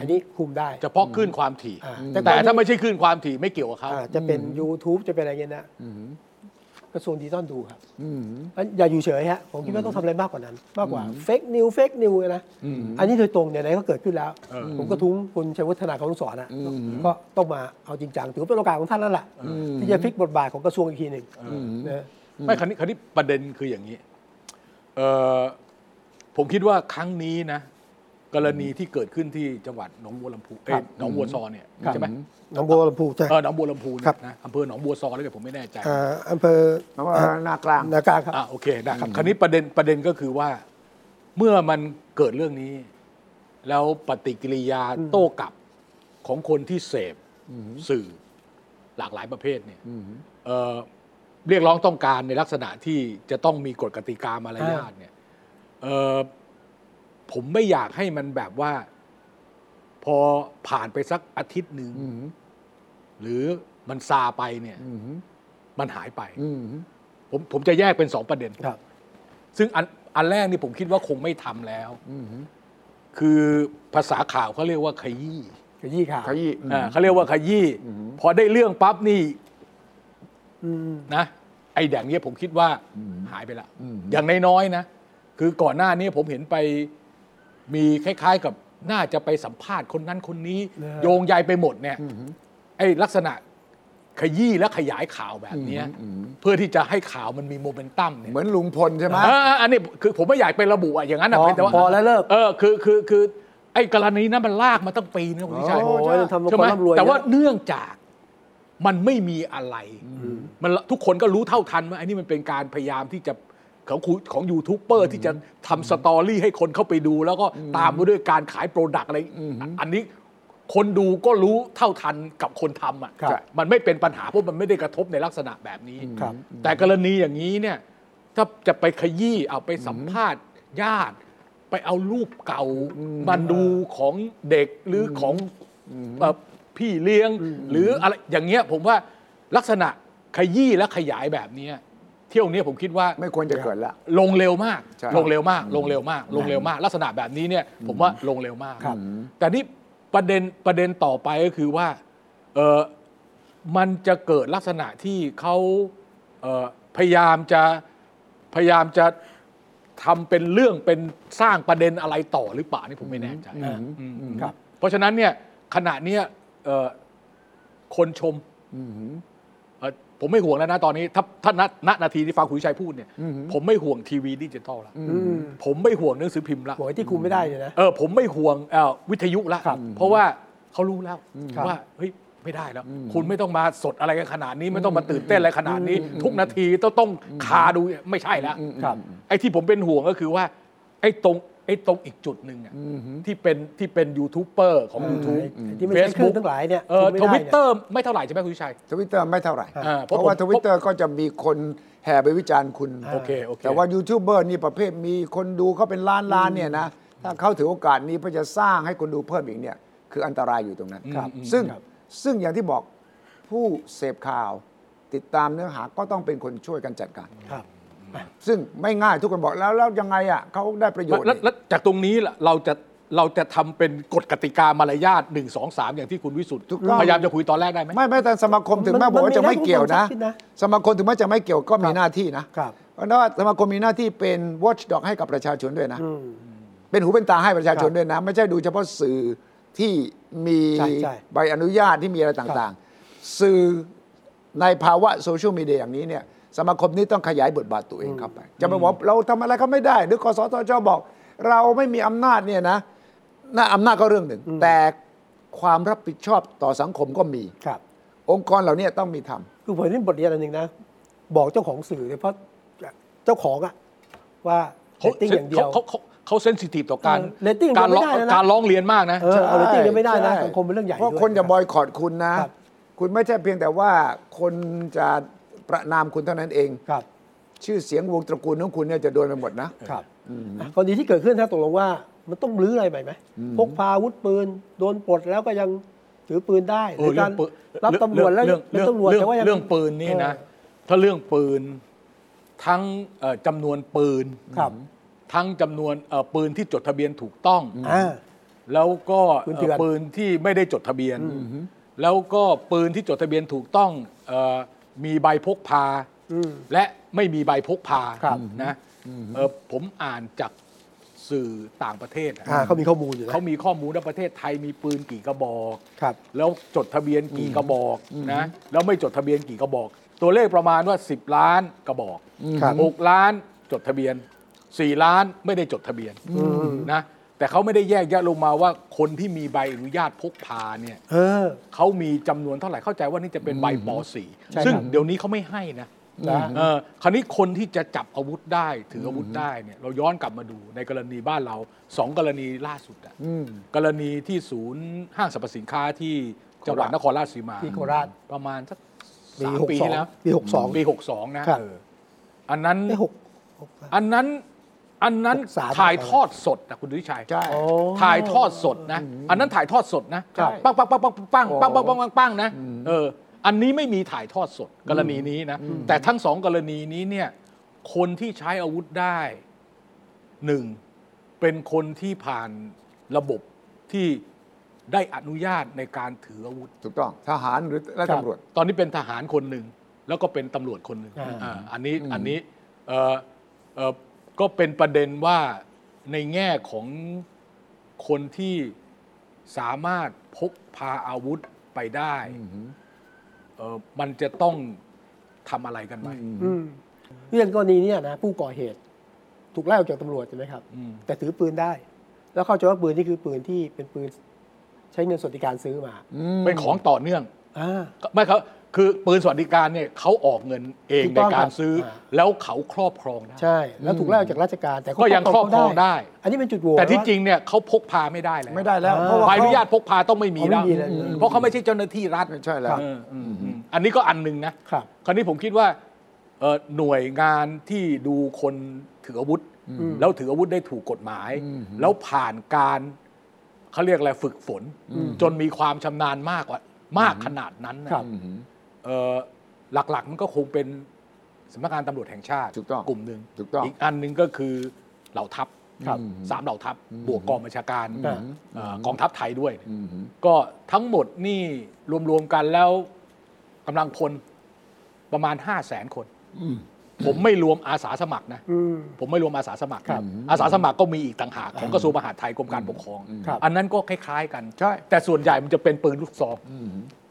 Speaker 1: อันนี้คุมได้
Speaker 2: เฉพาะคลื่นความถี่
Speaker 1: อ่าแต่
Speaker 2: แต่
Speaker 1: ก่อน
Speaker 2: ถ้าไม่ใช่คลื่นความถี่ไม่เกี่ยวกับเขา
Speaker 1: อ่าจะเป็น YouTube จะเป็นอะไรเงี้ยนะกระทรวงดิจิตอลดูครับงั้นอย่าอยู่เฉยฮะ ผมคิดว่าต้องทำอะไรมากกว่านั้น มากกว่าเฟกนิวเฟกนิวนะ อันนี้โดยตรงเนี่ยไหนก็เกิดขึ้นแล้ว ผมก็ทุ้งคุณชัยวัฒนาของสอนอ่ะก็ต้องมาเอาจริงจังถือว่าเป็นโอกาสของท่านแล้วล่ะที่จะพลิกบทบาทของกระทรวงอีกทีหนึ่งนะ
Speaker 2: ไม่คราวนี้คราวนี้ประเด็นคืออย่างนี้เอ่อผมคิดว่าครั้งนี้นะ กรณีที่เกิดขึ้นที่จังหวัดหนองบัวลำพูเอ้ยหนองบัวซอเนี่ยใช่ไหม
Speaker 1: น้องโบวลำพูใช่
Speaker 2: เออหนองบัวลำพูเนี่
Speaker 1: ครับ
Speaker 2: ยนะอำเภอหนองบัวซอหรือไงผมไม่แน่ใจ
Speaker 1: อ่าอำเภอ
Speaker 3: หนองบัวนากลาง
Speaker 1: นากลางครับ
Speaker 2: อ่ะโอเคนะครับคราวนี้ประเด็นประเด็นก็คือว่า เมื่อมันเกิดเรื่องนี้ แล้วปฏิกิริยาโต้กลับของคนที่เสพสื่อหลากหลายประเภทเนี่ยเอ่อเรียกร้องต้องการในลักษณะที่จะต้องมีกฎกติกามารยาทเนี่ยเอ่อผมไม่อยากให้มันแบบว่า พอผ่านไปสักอาทิตย์หนึ่งหรือมันซาไปเนี่ยมันหายไป
Speaker 3: อืม
Speaker 2: ผมผมจะแยกเป็นสองประเด็น
Speaker 1: ครับ
Speaker 2: ซึ่งอันอันแรกนี่ผมคิดว่าคงไม่ทำแล้ว คือภาษาข่าวเขาเรียกว่าขยี้
Speaker 1: ขยี้ข่าว
Speaker 3: ขยี้อืม
Speaker 2: อ่าเขาเรียกว่าขยี้พอได้เรื่องปั๊บนี่
Speaker 1: อืม
Speaker 2: นะ ไอ้อย่างเนี้ยผมคิดว่าหายไปละอย่างน้อยๆนะ คือก่อนหน้านี้ผมเห็นไปมีคล้ายๆ กับน่าจะไปสัมภาษณ์คนนั้นคนนี้ โยงใยไปหมดเนี่ยไอ้ลักษณะขยี้และขยายข่าวแบบเนี้ยเพื่อที่จะให้ข่าวมันมีโมเมนตัมเนี่ย
Speaker 3: เหมือนลุงพลใช่ไหม
Speaker 2: เออเอออันนี้คือผมไม่อยากไประบุอะอย่างนั้นนะ
Speaker 1: พอ
Speaker 2: เพียงแต่ว่า
Speaker 1: พอแล้วเลิก
Speaker 2: เออคือคือคือไอ้กรณีนั้นมันลากมาตั้งปีนะคุณวิชัย
Speaker 1: โอ้ยทำมา
Speaker 2: ใช่
Speaker 1: ค
Speaker 2: ไหม
Speaker 1: นร่ำรวย
Speaker 2: แต่ว่า
Speaker 1: เยอะ
Speaker 2: เนื่องจากมันไม่มีอะไรมันละทุกคนก็รู้เท่าทันว่าไอ้นี่มันเป็นการพยายามที่จะของคุณของยูทูบเบอร์ที่จะทำสตอรี่ให้คนเข้าไปดู แล้วก็ตามมาด้วยการขายโปรดักต์อะไรอันนี้คนดูก็รู้เท่าทันกับคนทำอ่ะ
Speaker 1: ครับ
Speaker 2: มันไม่เป็นปัญหาเพราะมันไม่ได้กระทบในลักษณะแบบนี้
Speaker 1: ครับ
Speaker 2: แต่กรณีอย่างนี้เนี่ยถ้าจะไปขยี้เอาไปสัมภาษณ์ญาติ ไปเอารูปเก่ามาดูของเด็กหรืออของเอ่อพี่เลี้ยง หรืออะไรอย่างเงี้ยผมว่าลักษณะขยี้และขยายแบบเนี้ยเที่ยวเนี้ยผมคิดว่า
Speaker 3: ไม่ควรจะเกิดละ
Speaker 2: ลงเร็วมาก
Speaker 3: ใช่
Speaker 2: ลงเร็วมาก ลงเร็วมาก ลงเร็วมาก ลักษณะแบบนี้เนี่ยผมว่าลงเร็วมาก
Speaker 1: ครับ
Speaker 2: แต่นี่ประเด็นประเด็นต่อไปก็คือว่าเออมันจะเกิดลักษณะที่เขาเอ่อพยายามจะพยายามจะทำเป็นเรื่องเป็นสร้างประเด็นอะไรต่อหรือเปล่านี่ผมไม่แน่ใจ
Speaker 1: อืม
Speaker 2: อืม
Speaker 1: ครับ
Speaker 2: เพราะฉะนั้นเนี่ยขณะเนี้ยเอ่อคนชมเอ่อผมไม่ห่วงแล้วนะตอนนี้ ถ้าถ้าณณนาทีที่ฟังคุณวิชัยพูดเนี่ยผมไม่ห่วงทีวีดิจิตอลละ
Speaker 1: อืม
Speaker 2: ผมไม่ห่วงหนังสือพิมพ์ละ
Speaker 1: หวยที่คุมไม่ได้เนี่ยนะ
Speaker 2: เออผมไม่ห่วงเอ่อวิทยุละ
Speaker 1: ครับ
Speaker 2: เพราะว่าเขารู้แล้ว
Speaker 1: ครับ
Speaker 2: ว่าเฮ้ยไม่ได้แล้ว คุณไม่ต้องมาสดอะไรกันขนาดนี้ไม่ต้องมาตื่นเต้นอะไรขนาดนี้ ทุกนาทีต้องต้องคาดูไม่ใช่แล้ว
Speaker 1: ครับ
Speaker 2: ไอ้ที่ผมเป็นห่วงก็คือว่า ไอ้ตรงไอ้ตรงอีกจุดหนึ่งอะที่เป็นที่เป็นยูทูบเบอร์ของ YouTube
Speaker 1: ที่ไม่ใช่คลื่นทั้งหลายเนี่ย
Speaker 2: เออ
Speaker 1: คุมไม่
Speaker 2: ท
Speaker 1: ได้นี่
Speaker 2: วิต
Speaker 1: ย
Speaker 2: เตอร์ไม่เท่าไหร่ใช่ไหมคุณวิชัย
Speaker 3: ทวิตเตอร์ไม่เท่าไหร่
Speaker 2: อ่า
Speaker 3: เพราะว่า
Speaker 2: เพ
Speaker 3: ท
Speaker 2: ราะผม
Speaker 3: วิตเตอร์ก็จะมีคนแห่ไปวิจารณ์คุณ
Speaker 2: โอเคโอเค
Speaker 3: แต่ว่ายูทูบเบอร์นี่ประเภทมีคนดูเขาเป็นล้านล้านๆเนี่ยนะ ถ้าเขาถือโอกาสนี้เพื่อจะสร้างให้คนดูเพิ่มอีกเนี่ย คืออันตรายอยู่ตรงนั้น
Speaker 2: ครับ
Speaker 3: ซึ่ง
Speaker 1: ครับ
Speaker 3: ซึ่งอย่างที่บอกผู้เสพข่าว ติดตามเนื้อหาก็ต้องเป็นคนช่วยกันจัดการ
Speaker 1: ครับ
Speaker 3: ซึ่งไม่ง่ายทุกคนบอกแล้วแล้วยังไงอ่ะเขาได้ประโยชน์
Speaker 2: แล้ว
Speaker 3: นี่
Speaker 2: แล้วจากตรงนี้ล่ะเราจะเราจะทำเป็นกฎกติกามารยาทหนึ่งสองสามอย่างที่คุณวิสุทธ์
Speaker 3: ถูกต้อง
Speaker 2: พยายามจะคุยตอนแรกได้ไหม
Speaker 3: ไม่ไม่แต่สมาคมถึงแม้
Speaker 1: มัน
Speaker 3: บอกว่าจะ
Speaker 1: มันมี
Speaker 3: ไม่เกี่ยว
Speaker 1: นะ
Speaker 3: นะ
Speaker 1: คุณผู้ชมคิดนะ
Speaker 3: สมาคมถึงแม้จะไม่เกี่ยวก็มีหน้าที่นะครับ เพราะว่าสมาคมมีหน้าที่เป็น watchdog ให้กับประชาชนด้วยนะ
Speaker 1: อืม
Speaker 3: เป็นหูเป็นตาให้ประชาช
Speaker 1: ค
Speaker 3: น
Speaker 1: รับ
Speaker 3: ด้วยนะ ไม่ใช่ดูเฉพาะสื่อที่มี
Speaker 1: ใช่ใช่
Speaker 3: ใบอนุญาตที่มีอะไรต่างๆ สื่อในภาวะโซเชียลมีเดียอย่างนี้เนี่ยสมาคมนี้ต้องขยายบทบาทตัวเองเข้าไป จะไปบอกว่าเราทำอะไรก็ไม่ได้ หรือกสทชบอก เราไม่มีอำนาจเนี่ยนะน่าอำนาจก็เรื่องหนึ่ง แต่ความรับผิดชอบต่อสังคมก็มี
Speaker 1: ครับ
Speaker 3: องค์กรเหล่านี้ต้องมีทำ
Speaker 1: คือผมนี่บทเรียนอันหนึ่งนะ บอกเจ้าของสื่อเนี่ยเพราะเจ้าของอะว่าเรตติ้งอย่างเดียว
Speaker 2: เขาเขาเขาเซนซิทีฟต่อการ
Speaker 1: เออ rating
Speaker 2: การร้อง
Speaker 1: ก็ไม่ได้นะ
Speaker 2: การร้องเรียนมากนะ
Speaker 1: เออเอาเรตติ้งยังไม่ได้นะ
Speaker 3: ใช่
Speaker 1: สังคมเป็นเรื่องใหญ่
Speaker 3: เพราะ
Speaker 1: ด้วย
Speaker 3: คนจะ
Speaker 1: รับ
Speaker 3: บอยคอรดคุณนะ
Speaker 1: ครับ
Speaker 3: คุณไม่ใช่เพียงแต่ว่าคนจะประนามคุณเท่านั้นเอง
Speaker 1: ครับ
Speaker 3: ชื่อเสียงวงตระกูลของคุณเนี่ยจะโดนไปหมดนะ
Speaker 1: ครับอ่ะกรณีที่เกิดขึ้นถ้าตกลงว่ามันต้องรื้ออะไรใหม่ไหมพกพาอาวุธปืน โดนปลดแล้วก็ยังถือปืนได้ห
Speaker 2: เอ
Speaker 1: รือ อ
Speaker 2: เรื่
Speaker 1: กา
Speaker 2: อง
Speaker 1: ร
Speaker 2: ปืน
Speaker 1: รับตำรวจแล้ว
Speaker 2: เรื่อง
Speaker 1: เป็น
Speaker 2: เรื่อง
Speaker 1: ตำรวจ
Speaker 2: เรื่อง
Speaker 1: แต่ว่ายัง
Speaker 2: เรื่องปืนนี่นะ ถ้าเรื่องปืนทั้งเอ่อจำนวนปืน
Speaker 1: ครับ
Speaker 2: ทั้งจำนวนเอ่อปืนที่จดทะเบียนถูกต้อง
Speaker 1: อ่า
Speaker 2: แล้วก็
Speaker 1: ปืนเถื่อน
Speaker 2: เอ่อปืนที่ไม่ได้จดทะเบียน แล้วก็ปืนที่จดทะเบียนถูกต้องเอ่อมีใบพกพา
Speaker 1: อืม
Speaker 2: และไม่มีใบพกพา
Speaker 1: ครับ
Speaker 2: นะเอ่อผมอ่านจากสื่อต่างประเทศอะ
Speaker 1: อ่าเขามีข้อมูลอยู่นะ
Speaker 2: เขามีข้อมูลว่าประเทศไทยมีปืนกี่กระบอก
Speaker 1: ครับ
Speaker 2: แล้วจดทะเบียนกี่กระบอกนะแล้วไม่จดทะเบียนกี่กระบอก ตัวเลขประมาณว่า 10 ล้านกระบอก
Speaker 1: ครับ
Speaker 2: หกล้านจดทะเบียน 4 ล้านไม่ได้จดทะเบียนนะแต่เขาไม่ได้แยกแยะลงมาว่าคนที่มีใบอนุญาตพกพาเนี่ย
Speaker 1: เออ
Speaker 2: เขามีจำนวนเท่าไหร่เข้าใจว่านี่จะเป็นใบป
Speaker 1: ใช่ครับ
Speaker 2: .4 ซึ่งเดี๋ยวนี้เขาไม่ให้นะ
Speaker 1: นะ
Speaker 2: เออคราวนี้คนที่จะจับอาวุธได้ถืออาวุธได้เนี่ยเราย้อนกลับมาดูในกรณีบ้านเราสองกรณีล่าสุดอะ กรณีที่ศูนย์ห้างสรรพสินค้าที่จังหวัดนครราชสีมา
Speaker 1: ที่โคราช
Speaker 2: ประมาณสัก
Speaker 1: ปี
Speaker 2: สาม
Speaker 1: 62
Speaker 2: ปีที่แล้ว
Speaker 1: ปี62
Speaker 2: ปีหกสองนะครับ เอออันนั้น
Speaker 1: ได้หกหก
Speaker 2: อันนั้นอันนั้น
Speaker 1: หกสาม
Speaker 2: ถ่ายทอดสดนะคุณดุวิชัย
Speaker 3: ใช่
Speaker 1: โอ้
Speaker 2: ถ่ายทอดสดนะ อันนั้นถ่ายทอดสดนะ
Speaker 1: ใช่
Speaker 2: ปังปังปังปังปังปังปังปังปังปังนะเออ อันนี้ไม่มีถ่ายทอดสดกรณีนี้นะ แต่ทั้งสองกรณีนี้เนี่ย คนที่ใช้อาวุธได้หนึ่งเป็นคนที่ผ่านระบบที่ได้อนุญาตในการถืออาวุธ
Speaker 3: ถูกต้องทหารหรือและตำรวจ
Speaker 2: ตอนนี้เป็นทหารคนหนึ่งแล้วก็เป็นตำรวจคนหนึ่ง
Speaker 1: อ่า
Speaker 2: อ่าอันนี้อันนี้เอ่อเอ่อก็เป็นประเด็นว่าในแง่ของคนที่สามารถพกพาอาวุธไปได้เอ่อมันจะต้องทำอะไรกันไหม
Speaker 1: อืมเรื่องกรณีเนี้นะผู้ก่อเหตุ ถูกไล่ออกจากตำรวจใช่ไหมครับ
Speaker 2: อืม
Speaker 1: แต่ถือปืนได้ แล้วเข้าใจว่าปืนนี่คือปืนที่เป็นปืนใช้เงินสวัสดิการซื้อมา
Speaker 2: เป็นของต่อเนื่อง
Speaker 1: อ่า
Speaker 2: ไม่ครับคือปืนสวัสดิการเนี่ยเขาออกเงินเอง
Speaker 1: ถูก
Speaker 2: ใน
Speaker 1: ต้อง
Speaker 2: กา
Speaker 1: ครั
Speaker 2: ร
Speaker 1: บ
Speaker 2: ซื้ออา แล้วเขาครอบครองได้
Speaker 1: ใช่ แล้วถูกไล่ออกจากราชการ แต่
Speaker 2: ก็ยังครอบครองได้
Speaker 1: อันนี้เป็นจุดโหว่
Speaker 2: แต่ที่
Speaker 1: ว่า
Speaker 2: จริงเนี่ยเขาพกพาไม่ได้แล้ว
Speaker 3: ไม่ได้แล้ว
Speaker 1: อ่า
Speaker 3: เพราะว่า
Speaker 2: ใบอนุญาตพกพาต้องไม่มี
Speaker 1: อ๋อไม่
Speaker 2: แล้ว
Speaker 1: มีเลย
Speaker 2: อืม
Speaker 1: อืม
Speaker 2: เพราะเขาไม่ใช่เจ้าหน้าที่รัฐ
Speaker 3: ไม่ใช่แล้ว
Speaker 2: เอออืมอืมอันนี้ก็อันหนึ่งนะ
Speaker 1: ครับ
Speaker 2: คราวนี้ผมคิดว่าเอ่อหน่วยงานที่ดูคนถืออาวุธ
Speaker 1: ม
Speaker 2: แล้วถืออาวุธได้ถูกกฎหมาย แล้วผ่านการเขาเรียกอะไรฝึกฝน จนมีความชำนาญมากกว่ามากขนาดนั้นนะครับ เอ่อหลักๆมันก็คงเป็นสำนักงานตำรวจแห่งชาติ
Speaker 3: ถูกต้อง
Speaker 2: กลุ่มหนึ่ง
Speaker 3: ถูกต้อง
Speaker 2: อีกอันหนึ่งก็คือเหล่าทัพ
Speaker 1: ครับ
Speaker 2: สามเหล่าทัพ บวกกองบัญชาการ
Speaker 1: อืม
Speaker 2: เอ่อกองทัพไทยด้วย ก็ทั้งหมดนี่รวม ๆ กันแล้วกำลังพลประมาณ 5 0 0แสนคน ผมไม่รวมอาสาสมัครนะ
Speaker 1: อืม
Speaker 2: ผมไม่รวมอาสาสมัคร
Speaker 1: ครับ
Speaker 2: อาสาสมัครก็มีอีกต่างหากของกระทรวงมหาดไทยกรมการปกครอง
Speaker 1: ครับ
Speaker 2: อันนั้นก็คล้าย ๆ กัน
Speaker 3: ใช่
Speaker 2: แต่ส่วนใหญ่มันจะเป็นปืนลูกซอง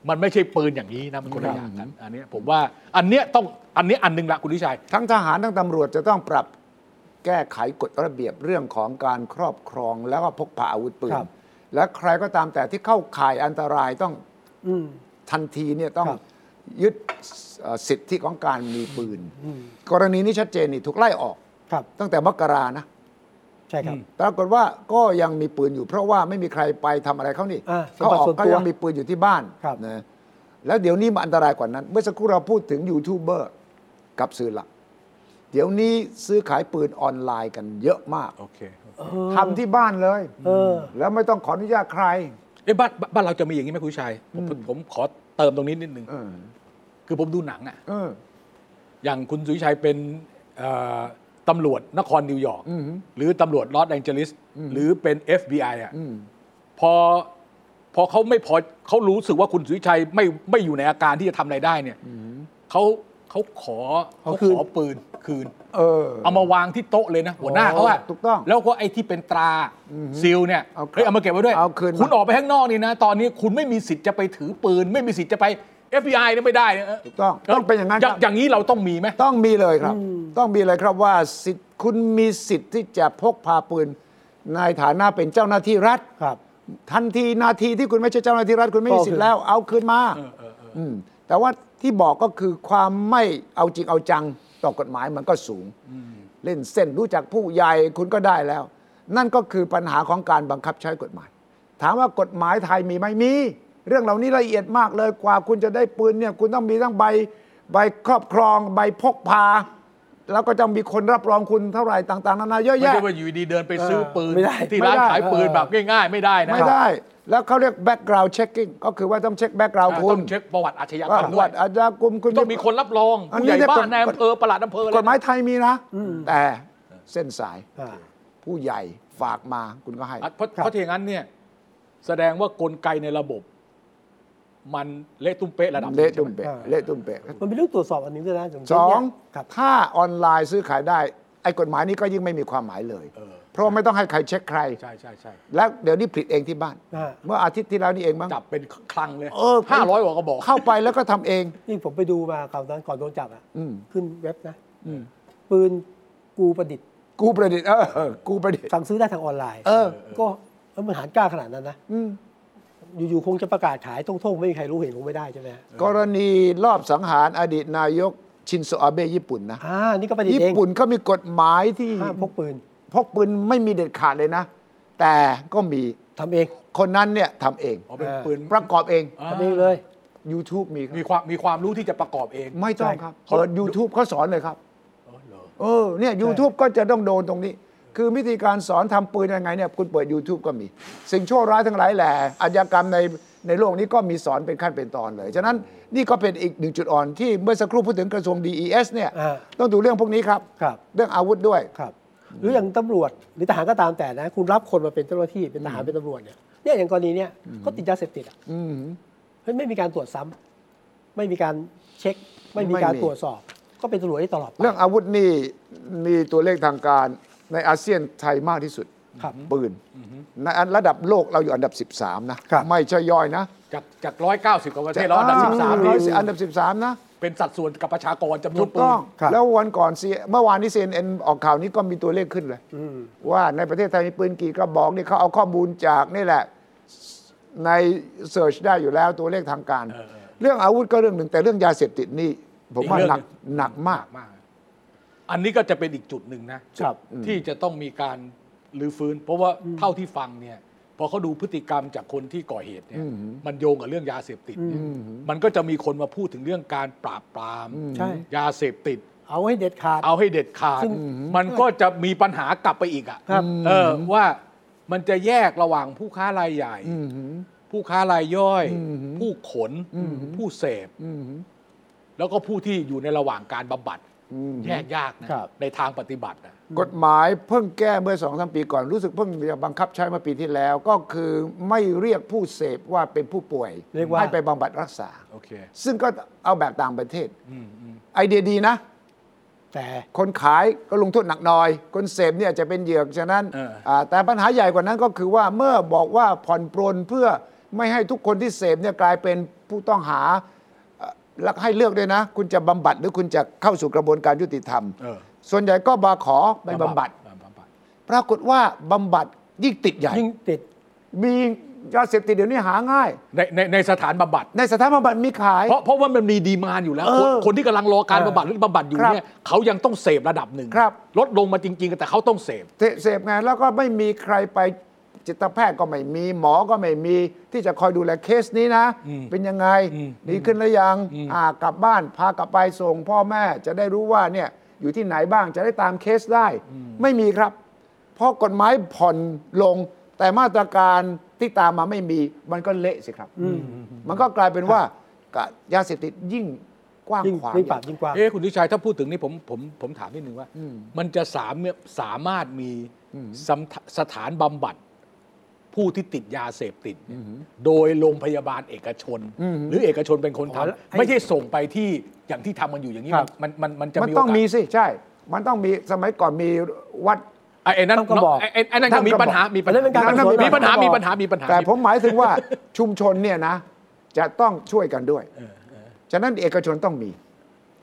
Speaker 2: มันไม่ใช่ปืนอย่างนี้นะมันคนละอย่างกันอันเนี้ยผมว่าอันเนี้ยต้องอันเนี้ยอันหนึงละคุณทิชัย
Speaker 3: ทั้งทหารทั้งตำรวจจะต้องปรับแก้ไขกฎระเบียบเรื่องของการครอบครองแล้วก็พกพาอาวุธปืน
Speaker 1: ครับ
Speaker 3: และใครก็ตามแต่ที่เข้าข่ายอันตรายต้อง
Speaker 1: อืม
Speaker 3: ทันทีเนี่ยต้อง
Speaker 1: ครับ
Speaker 3: ยึดเอ่อสิทธิของการมีปืน
Speaker 1: อืม
Speaker 3: กรณีนี้ชัดเจนนี่ถูกไล่ออก
Speaker 1: ครับ
Speaker 3: ตั้งแต่มกรานะ
Speaker 1: ใช่ครับ
Speaker 2: อืม
Speaker 3: ปรากฏว่าก็ยังมีปืนอยู่ เพราะว่าไม่มีใครไปทำอะไรเขานี่
Speaker 1: อ่าสม
Speaker 3: เขา
Speaker 1: บัติ
Speaker 3: ออก
Speaker 1: ส่วนตัว
Speaker 3: เขายังมีปืนอยู่ที่บ้าน
Speaker 1: ครับ
Speaker 3: นะแล้วเดี๋ยวนี้มันอันตรายกว่านั้น เมื่อสักครู่เราพูดถึงยูทูบเบอร์กับสื่อหลัก เดี๋ยวนี้ซื้อขายปืนออนไลน์กันเยอะมาก
Speaker 2: โอเค
Speaker 3: ทำที่บ้านเลย
Speaker 1: เออ
Speaker 3: แล้วไม่ต้องขออนุญาตใคร
Speaker 2: เอ้ยบ้านบ้านเราจะมีอย่างนี้ไหมคุณทิชัยผมผมขอเติมตรงนี้นิดนึง
Speaker 3: เออ
Speaker 2: คือผมดูหนังอ่ะ
Speaker 3: เออ
Speaker 2: อย่างคุณสุวิชัยเป็นเอ่อตำรวจนครนิวยอร์กหรือตำรวจลอสแองเจลิสหรือเป็น FBI อ่ะพอพอเขาไม่พอเขารู้สึกว่าคุณสุวิชัยไม่ไม่อยู่ในอาการที่จะทำอะไรได้เนี่ยเขาเขาขอเขา
Speaker 1: เอาคื
Speaker 2: ข
Speaker 1: น
Speaker 2: อปืนคืน
Speaker 3: เออ
Speaker 2: เอามาวางที่โต๊ะเลยนะหัวหน้าเขาอะ
Speaker 3: ถูกต้อง
Speaker 2: แล้วก็ไอ้ที่เป็นตราซิลเนี่ย
Speaker 3: เอาคืน
Speaker 2: เฮ้ยเอามาเก็บไว้ด้วย
Speaker 3: เอาคืนมา
Speaker 2: คุณออกไปข้างนอกนี่นะ ตอนนี้คุณไม่มีสิทธิ์จะไปถือปืน ไม่มีสิทธิ์จะไป FBI เนี่ยไม่ได้นะ
Speaker 3: ถูกต้องต้องเป็นอย่างนั้นครับ
Speaker 2: อย่างนี้เราต้องมีไหม
Speaker 3: ต้องมีเลยครับ ต้องมีเลยครับว่าสิทธิ์คุณมีสิทธิ์ที่จะพกพาปืนในฐานะเป็นเจ้าหน้าที่รัฐ
Speaker 1: ครับ
Speaker 3: ทันทีนาทีที่คุณไม่ใช่เจ้าหน้าที่รัฐคุณไม่มีสิทธิ์แล้วเอาคืนมาอืมแต่ว่าที่บอกก็คือความไม่เอาจริงเอาจังต่อกฎหมายมันก็สูง เล่นเส้นรู้จักผู้ใหญ่คุณก็ได้แล้ว นั่นก็คือปัญหาของการบังคับใช้กฎหมาย ถามว่ากฎหมายไทยมีไหมมี เรื่องเหล่านี้ละเอียดมากเลยกว่าคุณจะได้ปืนเนี่ยคุณต้องมีทั้งใบใบครอบครองใบพกพา แล้วก็จะมีคนรับรองคุณเท่าไหร่ต่างๆนานาเยอะ
Speaker 2: ไม่
Speaker 3: แยะ
Speaker 2: ใช่ว่าอยู่ดีๆเดินไปซื้อปืน
Speaker 1: ไม่ได้
Speaker 2: ที่ร้านขายปืน
Speaker 1: ไม่ได้
Speaker 2: แบบง่ายๆ ไม่ได้นะ
Speaker 3: ไม่ได้ แล้วเขาเรียก background checking ก็คือว่าต้องเช็ค
Speaker 2: อ่า
Speaker 3: background คุ
Speaker 2: ต้อ
Speaker 3: ณ
Speaker 2: งเช็คประวัติอาชญาก
Speaker 3: ว่าร
Speaker 2: รม
Speaker 3: ประ
Speaker 2: ด้ว
Speaker 3: วั
Speaker 2: ย
Speaker 3: ติอาชญากรรมคุณ
Speaker 2: ต้องมีคนรับรอง
Speaker 3: อัน
Speaker 2: ผู้
Speaker 3: นี้
Speaker 2: ใหญ่
Speaker 3: เนี่ย
Speaker 2: บ้าก น
Speaker 3: ฎ
Speaker 2: นายอำเภอประหลัดอำเภออะไร
Speaker 3: กฎหมายไทยมีนะ
Speaker 1: อืม
Speaker 3: แต่เส้นสาย
Speaker 1: อ่า
Speaker 3: ผู้ใหญ่ฝากมาคุณก็ให้
Speaker 2: อ่ะเพราะเพราะถ้าอย่างนั้นเนี่ย แสดงว่ากลไกในระบบ มันเละตุ้มเป๊ะระดับหนึ่ง
Speaker 3: เละ
Speaker 2: ใช่
Speaker 3: ตุ้
Speaker 2: ไห
Speaker 3: ม
Speaker 2: ม
Speaker 3: เปะ
Speaker 1: อ่า
Speaker 3: เละตุ้มเปะ
Speaker 1: มันเป็นเรื่องตรวจสอบอันหนึงด้วยนะผมคิด
Speaker 3: สอง
Speaker 1: เนี่ยครับ
Speaker 3: ถ้าออนไลน์ซื้อขายได้ ไอ้กฎหมายนี้ก็ยิ่งไม่มีความหมายเลย
Speaker 2: เออ
Speaker 3: เพราะว่าไม่ต้องให้ใครเช็คใคร
Speaker 2: ใช่ใช่ใช่
Speaker 3: และเดี๋ยวนี้ผลิตเองที่บ้าน
Speaker 1: อ่า
Speaker 3: เมื่ออาทิตย์ที่แล้วนี่เองมั้ง
Speaker 2: จับเป็นคลังเลย
Speaker 3: เออ
Speaker 2: ห้าร้อยกว่ากระบอก
Speaker 3: เข้าไปแล้วก็ทำเอง
Speaker 1: นี่ผมไปดูมาข่าวตอนก่อนโดนจับอ่ะ
Speaker 3: อืม
Speaker 1: ขึ้นเว็บนะ
Speaker 3: อืม
Speaker 1: ปืนกูประดิษฐ์
Speaker 3: กูประดิษฐ์เออกูประดิษฐ์
Speaker 1: สั่งซื้อได้ทางออนไลน์
Speaker 3: เออ
Speaker 1: ก็เออมันหารกล้าขนาดนั้นนะ
Speaker 3: อืม
Speaker 1: อยู่ๆคงจะประกาศขายโท่งๆ ไม่มีใครรู้เห็นคงไม่ได้ใช่ไหมฮะ
Speaker 3: กรณีรอบสังหารอดีตนายกชินโซอาเบะญี่ปุ่นนะ
Speaker 1: อ่า นี่ก็ประดิษฐ์
Speaker 3: ญี่
Speaker 1: เอง
Speaker 3: ปุ่นเขามีกฎหมายที่
Speaker 1: ห้ามพกปืน
Speaker 3: พกปืนไม่มีเด็ดขาดเลยนะ แต่ก็มี
Speaker 1: ทำเอง
Speaker 3: คนนั้นเนี่ยทำเอง
Speaker 2: อ๋อเป็นปืน
Speaker 3: ประกอบเอง
Speaker 2: อ่า
Speaker 1: ทำเองเลย
Speaker 3: YouTube มีครับ
Speaker 2: มีความมีความรู้ที่จะประกอบเอง
Speaker 3: ไม่ต้องครับ
Speaker 2: เขา
Speaker 3: เปิด YouTube เขาสอนเลยครับ
Speaker 2: เออเหรอ
Speaker 3: เออเนี่ยยูทูบก็จะต้องโดนตรงนี้ คือวิธีการสอนทำปืนยังไงเนี่ยคุณเปิด YouTube ก็มี สิ่งชั่วร้ายทั้งหลายแหล่อาชญากรรมใน ในโลกนี้ก็มีสอนเป็นขั้นเป็นตอนเลย ฉะนั้นนี่ก็เป็นอีกหนึ่งจุดอ่อนที่เมื่อสักครู่พูดถึงกระทรวง DES เนี่ย
Speaker 1: อ่า
Speaker 3: ต้องดูเรื่องพวกนี้ครับ
Speaker 1: ครับ
Speaker 3: เรื่องอาวุธด้วย
Speaker 1: ครับ หรืออย่างตำรวจหรือทหารก็ตามแต่นะคุณรับคนมาเป็นเจ้าหน้าที่เป็นทหารเป็นตำรวจเนี่ยเนี่ยอย่างกรณีเนี่ยก็ติดยาเสพติดอ่ะ
Speaker 3: อืม
Speaker 1: เฮ้ยไม่มีการตรวจซ้ำไม่มีการเช็ค ไม่มีการ
Speaker 3: ไม่มี
Speaker 1: ตรวจสอบ ก็เป็นตำรวจได้ตลอดไป
Speaker 3: เรื่องอาวุธนี่มีตัวเลขทางการในอาเซียนไทยมากที่สุด
Speaker 1: ครับ
Speaker 3: ปืนในอันระดับโลกเราอยู่อันดับ 13 นะ
Speaker 1: ครับ
Speaker 3: ไม่ใช่ย่อยนะ
Speaker 2: จากจากร้อยเก้าสิบกว่าประเทศแล้วอันดับสิบสาม
Speaker 3: ร้อย
Speaker 2: นี่
Speaker 3: อันดับ 13 นะ
Speaker 2: เป็นสัดส่วนกับประชากรจำนว
Speaker 3: ถู
Speaker 2: น
Speaker 3: ก
Speaker 2: ปืน
Speaker 3: ต้อง
Speaker 1: ครับ
Speaker 3: แล้ววันก่อน C- เมื่อวานนี้ CNN ออกข่าวนี้ก็มีตัวเลขขึ้นเลย
Speaker 1: อืม
Speaker 3: ว่าในประเทศไทยมีปืนกี่กระบอกนี่เขาเอาข้อมูลจากนี่แหละ ในเสิร์ชได้อยู่แล้วตัวเลขทางการ เรื่องอาวุธก็เรื่องหนึ่งแต่เรื่องยาเสพติดนี่ ผมว่าหนักหนักมาก
Speaker 2: มาก อันนี้ก็จะเป็นอีกจุดหนึ่งนะครับ ที่จะต้องมีการรื้อฟื้น เพราะว่าเท่าที่ฟังเนี่ย พอเขาดูพฤติกรรมจากคนที่ก่อเหตุเนี่ย มันโยงกับเรื่องยาเสพติดเนี่ยมันก็จะมีคนมาพูดถึงเรื่องการปราบปราม
Speaker 1: ใช่
Speaker 2: ยาเสพติด
Speaker 1: เอาให้เด็ดขาด
Speaker 2: เอาให้เด็ดขาด
Speaker 1: ซึ่ง
Speaker 2: มันก็จะมีปัญหากลับไปอีกอ่ะ
Speaker 1: ครับ
Speaker 2: เออว่ามันจะแยกระหว่างผู้ค้ารายใหญ่ ผู้ค้ารายย่อย ผู้ขน ผู้เสพ แล้วก็ผู้ที่อยู่ในระหว่างการบำบัด แยกยากนะครับ ในทางปฏิบัตินะ
Speaker 3: กฎหมายเพิ่งแก้เมื่อสองสามปีก่อนรู้สึกเพิ่งจะบังคับใช้เมาปีที่แล้ว ก็คือไม่เรียกผู้เสพว่าเป็นผู้ป่วย
Speaker 1: เรียกว่า
Speaker 3: ให้ไปบำบัดรักษา
Speaker 2: โอเค
Speaker 3: ซึ่งก็เอาแบบต่างประเทศ
Speaker 2: อืมอืม
Speaker 3: ไอเดียดีนะ
Speaker 1: แต่
Speaker 3: คนขายก็ลงโทษหนักหน่อย คนเสพเนี่ยจะเป็นเหยื่อฉะนั้น
Speaker 2: เออ
Speaker 3: าแต่ปัญหาใหญ่กว่านั้นก็คือว่าเมื่อบอกว่าผ่อนปรนเพื่อไม่ให้ทุกคนที่เสพเนี่ยกลายเป็นผู้ต้องหาเอ่อและให้เลือกด้วยนะ คุณจะบำบัดหรือคุณจะเข้าสู่กระบวนการยุติธรรม
Speaker 2: เออ
Speaker 3: ส่วนใหญ่ก็มาขอไปบำบัด
Speaker 2: เออบำบัด
Speaker 3: ปรากฏว่าบำบัดยิ่งติดใหญ่
Speaker 1: ยิ่งติด
Speaker 3: มียาเสพติดเดี๋ยวนี้หาง่าย
Speaker 2: ในในในสถานบำบัด
Speaker 3: ในสถานบำบัดมีขาย
Speaker 2: เพราะเพราะว่ามันมีดีมานอยู่แล้ว
Speaker 3: เออ
Speaker 2: คนคนที่กำลังรอการบำบัดหรือบำบัดอยู่
Speaker 3: ครับ
Speaker 2: เนี่ยเขายังต้องเสพระดับหนึ่ง
Speaker 3: ครับ
Speaker 2: ลดลงมาจริง ๆ แต่เขาต้องเสพ
Speaker 3: เสพไงานแล้วก็ไม่มีใครไปจิตแพทย์ก็ไม่มีหมอก็ไม่มีที่จะคอยดูแลเคสนี้นะ
Speaker 2: อืม
Speaker 3: เป็นยังไง
Speaker 2: อืม
Speaker 3: ดีขึ้นหรือยัง
Speaker 2: อืม
Speaker 3: อ่ากลับบ้านพากลับไปส่งพ่อแม่จะได้รู้ว่าเนี่ยอยู่ที่ไหนบ้างจะได้ตามเคสได้ ไม่มีครับ เพราะกฎหมายผ่อนลง แต่มาตรการที่ตามมาไม่มีมันก็เละสิครับ มันก็กลายเป็นว่ายาเสพติดยิ่งกว้าง
Speaker 1: ยิ่ง
Speaker 3: ขวาง
Speaker 1: ยิ่งปราบยิ่งกว้าง
Speaker 2: เอ๊ะคุณทิชัยถ้าพูดถึงนี่ผมผมผมถามนิดนึงว่า มันจะสามเนี่ยสามารถมีสำสถานบำบัด ผู้ที่ติดยาเสพติดเนี่ยโดยโรงพยาบาลเอกชน หรือเอกชนเป็นคน
Speaker 1: อ๋อแล้วไอ้
Speaker 2: ทำไม่ใช่ส่งไปที่อย่างที่ทำมันอยู่อย่างนี้
Speaker 1: ครับ
Speaker 2: มันมันมันจะ
Speaker 3: มัน
Speaker 2: มี
Speaker 3: ต้อง
Speaker 2: โกาส
Speaker 3: มีสิใช่ มันต้องมีสมัยก่อนมีวัด
Speaker 2: ไอ้ไอ้นั่น
Speaker 1: ต้องกระบอก
Speaker 2: ไไไอ้นั่นก็
Speaker 3: ต้องกระบอก
Speaker 2: มีปัญหามีปัญ
Speaker 1: อันนั้นเป็นกา
Speaker 2: หาร มีปัญหามีปัญหามีปัญหา
Speaker 3: แต่ผมหมายถึงว่า ชุมชนเนี่ยนะ จะต้องช่วยกันด้วย ฉะนั้นเอกชนต้องมี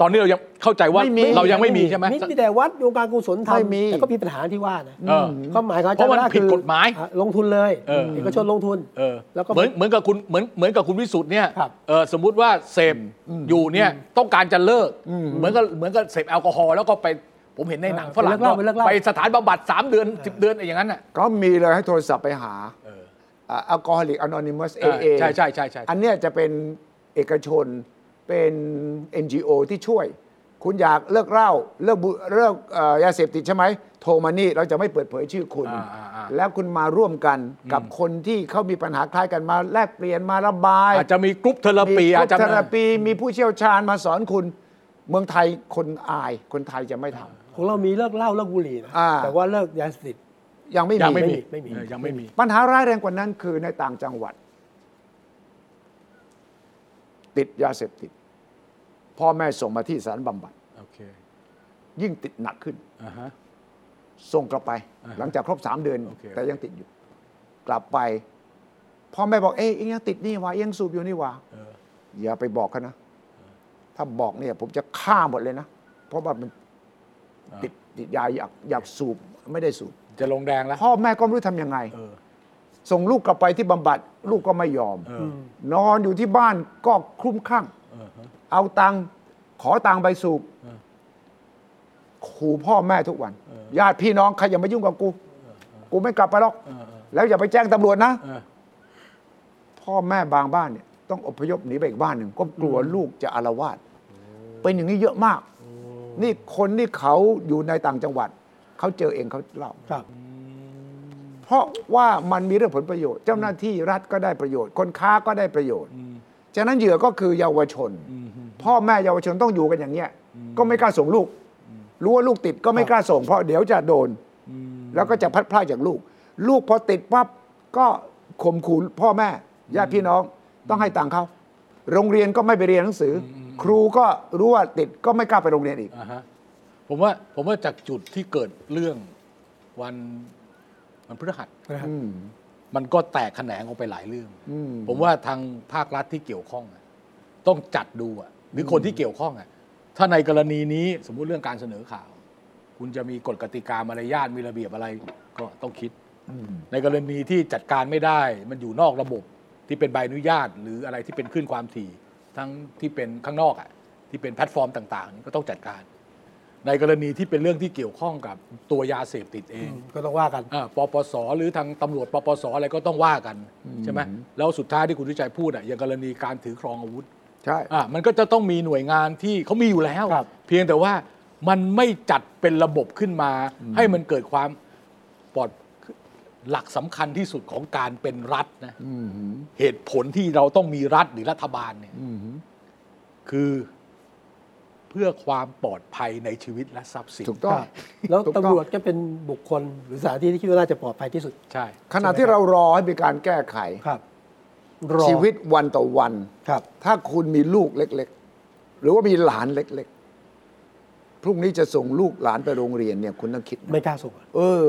Speaker 2: ตอนนี้เรายังเข้าใจว่า
Speaker 3: ไม่มี
Speaker 2: เรายังไม่มีใช่ไหม
Speaker 1: มีแต่วัดวงการกุศลทำ
Speaker 3: ไม่มี
Speaker 1: แต่ก็มีปัญหาที่ว่านะ
Speaker 2: เออ
Speaker 1: ก็หมายเขาม
Speaker 2: เพราะมัน
Speaker 1: จ
Speaker 2: ผิดกฎหมาย
Speaker 1: อ่ะลงทุนเลย
Speaker 2: เออ
Speaker 1: เอกชนลงทุน
Speaker 2: เออ
Speaker 1: แล้วก็
Speaker 2: เหมือนเหมือนกับคุณเหมือนเหมือนกับคุณวิสุทธ์เนี่ย
Speaker 1: ครับ
Speaker 2: เออสมมุติว่าเสพอยู่เนี่ยต้องการจะเลิกเหมือนกับเหมือนกับเสพแอลกอฮอล์แล้วก็ไปผมเห็นในหนังฝรั่ง
Speaker 1: เออเลิกเหล้าไปเลิกเหล้า
Speaker 2: ไปสถานบำบัด 3 เดือน 10 เดือนอะไรอย่างนั้นน่ะ
Speaker 3: ก็มีเลยให้โทรศัพท์ไปหา
Speaker 2: เออ
Speaker 3: แอลกอฮอลิกอนอนิมัสเอเอ
Speaker 2: ใช่ใช่ใช่ใช่
Speaker 3: อันเนี้ยจะเป็นเอกชนเป็น NGO ที่ช่วย คุณอยากเลิกเหล้าเลิกบุเลิกเอ่อยาเสพติดใช่ไหม โทรมานี่เราจะไม่เปิดเผยชื่อคุณ
Speaker 2: อ่าอ่าอ่า
Speaker 3: แล้วคุณมาร่วมกันกับคนที่เขามีปัญหาคล้ายกันมาแลกเปลี่ยนมาระบาย
Speaker 2: อาจจะมีกรุ๊ปเทอราปี
Speaker 3: มี
Speaker 2: อาจจะ
Speaker 3: เทราปีมีผู้เชี่ยวชาญมาสอนคุณ เมืองไทยคนอาย คนไทยจะไม่ท
Speaker 1: ของเรามีเลิกเหล้าเลิกบุหรี่นะ
Speaker 3: อ่า
Speaker 1: แต่ว่าเลิกยาเสพติด
Speaker 3: ำยังไม่
Speaker 2: ยัง
Speaker 3: มี
Speaker 2: ไม่มี
Speaker 1: ไม่มี
Speaker 2: เออยังไม่มี
Speaker 3: ปัญหาร้ายแรงกว่านั้นคือในต่างจังหวัด ติดยาเสพติด พ่อแม่ส่งมาที่สารบำบัด
Speaker 2: โอเค
Speaker 3: ยิ่งติดหนักขึ้น
Speaker 2: อ่าฮะ
Speaker 3: ส่งกลับไป หลังจากครบสามเดือน
Speaker 2: โอเค
Speaker 3: แต่ยังติดอยู่ กลับไปพ่อแม่บอกเอ้ยเอ็งยังติดนี่หวะเอ็งสูบอยู่นี่หวะ
Speaker 2: เออ
Speaker 3: อย่าไปบอกเขานะ ถ้าบอกเนี่ย ผมจะฆ่าหมดเลยนะ เพราะว่ามันติดติดยาอยากอยากสูบไม่ได้สูบ
Speaker 2: จะลงแดงแล้ว
Speaker 3: พ่อแม่ก็ไม่รู้ทำยังไง
Speaker 2: เออ
Speaker 3: ส่งลูกกลับไปที่บำบัด ลูกก็ไม่ยอม
Speaker 2: เออ
Speaker 3: นอนอยู่ที่บ้านก็คลุ้มคลั่ง
Speaker 2: เออฮะ
Speaker 3: เอาตังค์ขอตังค์ไปสูบ
Speaker 2: เออ
Speaker 3: ขู่พ่อแม่ทุกวัน ญาติพี่น้องใครอย่ามายุ่งกับกู กูไม่กลับไปหรอก
Speaker 2: เออเออ
Speaker 3: แล้วอย่าไปแจ้งตำรวจนะ
Speaker 2: เออ
Speaker 3: พ่อแม่บางบ้านเนี่ยต้องอพยพหนีไปอีกบ้านหนึ่งก็กลัวลูกจะอารวาสเป็นอย่างนี้เยอะมาก นี่คนที่เขาอยู่ในต่างจังหวัด เขาเจอเองเขาเล่า
Speaker 1: ครับ
Speaker 3: พ เพราะว่ามันมีเรื่องผลประโยชน์ เจ้าหน้าที่รัฐก็ได้ประโยชน์ คนค้าก็ได้ประโยชน์ฉะนั้นเหยื่อก็คือเยาวชน พ่อแม่เยาวชนต้องอยู่กันอย่างเงี้ย ก็ไม่กล้าส่งลูก รู้ว่าลูกติดก็ไม่กล้าส่งเพราะเดี๋ยวจะโดน แล้วก็จะพลัดพรากจากลูก ลูกพอติดปั๊บก็ข่มขู่พ่อแม่ญาติพี่น้องต้องให้ตังค์เขาโรงเรียนก็ไม่ไปเรียนหนังสืออครูก็รู้ว่าติดก็ไม่กล้าไปโรงเรียนอีก
Speaker 2: อ่าฮะผมว่าผมว่าจากจุดที่เกิดเรื่องวันวันพฤหัส
Speaker 1: นะครับ
Speaker 3: อืม
Speaker 2: มันก็แตกแขนงออกไปหลายเรื่อง
Speaker 3: อืม
Speaker 2: ผมว่าทางภาครัฐที่เกี่ยวข้องอะต้องจัดดูอะหรือคนที่เกี่ยวข้องอะถ้าในกรณีนี้สมมุติเรื่องการเสนอข่าว คุณจะมีกฎกติกามารยาทมีระเบียบอะไรก็ต้องคิด ในกรณีที่จัดการไม่ได้ มันอยู่นอกระบบที่เป็นใบอนุญาต หรืออะไรที่เป็นขึ้นความถี่ ทั้งที่เป็นข้างนอกอะที่เป็นแพลตฟอร์มต่างๆนี่ก็ต้องจัดการ ในกรณีที่เป็นเรื่องที่เกี่ยวข้องกับตัวยาเสพติดเอง
Speaker 1: ก็ต้องว่ากัน
Speaker 2: อ่าปปส หรือทางตำรวจปปส อะไรก็ต้องว่ากัน ใช่ไหมแล้วสุดท้ายที่คุณวิจัยพูดอ่ะอย่างกรณีการถือครองอาวุธ
Speaker 3: ใช่
Speaker 2: อ่ะมันก็จะต้องมีหน่วยงานที่เขามีอยู่แล้ว
Speaker 1: ครับ
Speaker 2: เพียงแต่ว่ามันไม่จัดเป็นระบบขึ้นมา ให้มันเกิดความปลอดหลักสำคัญที่สุดของการเป็นรัฐนะเหตุผลที่เราต้องมีรัฐหรือรัฐบาลเนี่ยคือเพื่อความปลอดภัยในชีวิตและทรัพย์สิน
Speaker 3: ถูกต้อง
Speaker 1: ครับแล้ว
Speaker 3: ถูกอง
Speaker 1: ตำรวจก็เป็นบุคคลหรือสถานที่ที่คิดว่าน่าจะปลอดภัยที่สุด
Speaker 2: ใช่
Speaker 3: ขณะที่เรารอให้มีการแก้ไข
Speaker 1: ครับรอ
Speaker 3: ชีวิตวันต่อวัน
Speaker 1: ครับ
Speaker 3: ถ้าคุณมีลูกเล็ก ๆ หรือว่ามีหลานเล็ก ๆ พรุ่งนี้จะส่งลูกหลานไปโรงเรียนเนี่ยคุณต้องคิดนะ
Speaker 1: ไม่กล้าส่ง
Speaker 3: เออ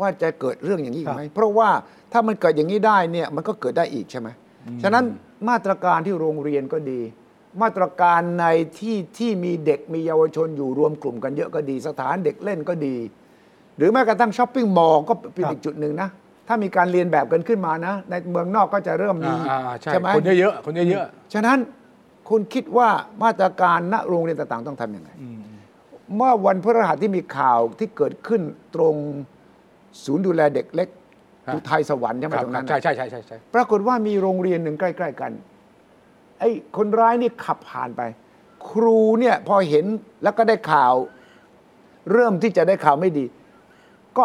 Speaker 3: ว่าจะเกิดเรื่องอย่างนี้อี
Speaker 1: ครับ
Speaker 3: กไหมเพราะว่าถ้ามันเกิดอย่างนี้ได้เนี่ยมันก็เกิดได้อีกใช่ไหมฉะนั้นมาตรการที่โรงเรียนก็ดี มาตรการในที่ที่มีเด็กมีเยาวชนอยู่รวมกลุ่มกันเยอะก็ดี สถานเด็กเล่นก็ดี หรือแม้กระทั่งช้อปปิ้งมอลล์ก็เป็นอีกจุดหนึ่งนะถ้ามีการเรียนแบบกันขึ้นมานะ ในเมืองนอกก็จะเริ่มมี
Speaker 2: อ่าอ่าใช่คนเยอะๆคนเยอะๆ
Speaker 3: ฉะนั้นคุณคิดว่ามาตรการณโรงเรียนต่างๆ ต้องทำยังไง เมื่อวันพฤหัสที่มีข่าวที่เกิดขึ้นตรงศูนย์ดูแลเด็กเล็ก
Speaker 2: ฮะ
Speaker 3: อุทัยสวรรค์ใช่ไหม
Speaker 2: ครับ
Speaker 3: ตรงนั้น
Speaker 2: ใช่
Speaker 3: น่ะ
Speaker 2: ใช่ใช่ใช่ใช่
Speaker 3: ปรากฏว่ามีโรงเรียนหนึ่งใกล้ ๆ กัน ไอ้คนร้ายนี่ขับผ่านไป ครูเนี่ยพอเห็นแล้วก็ได้ข่าว เริ่มที่จะได้ข่าวไม่ดี ก็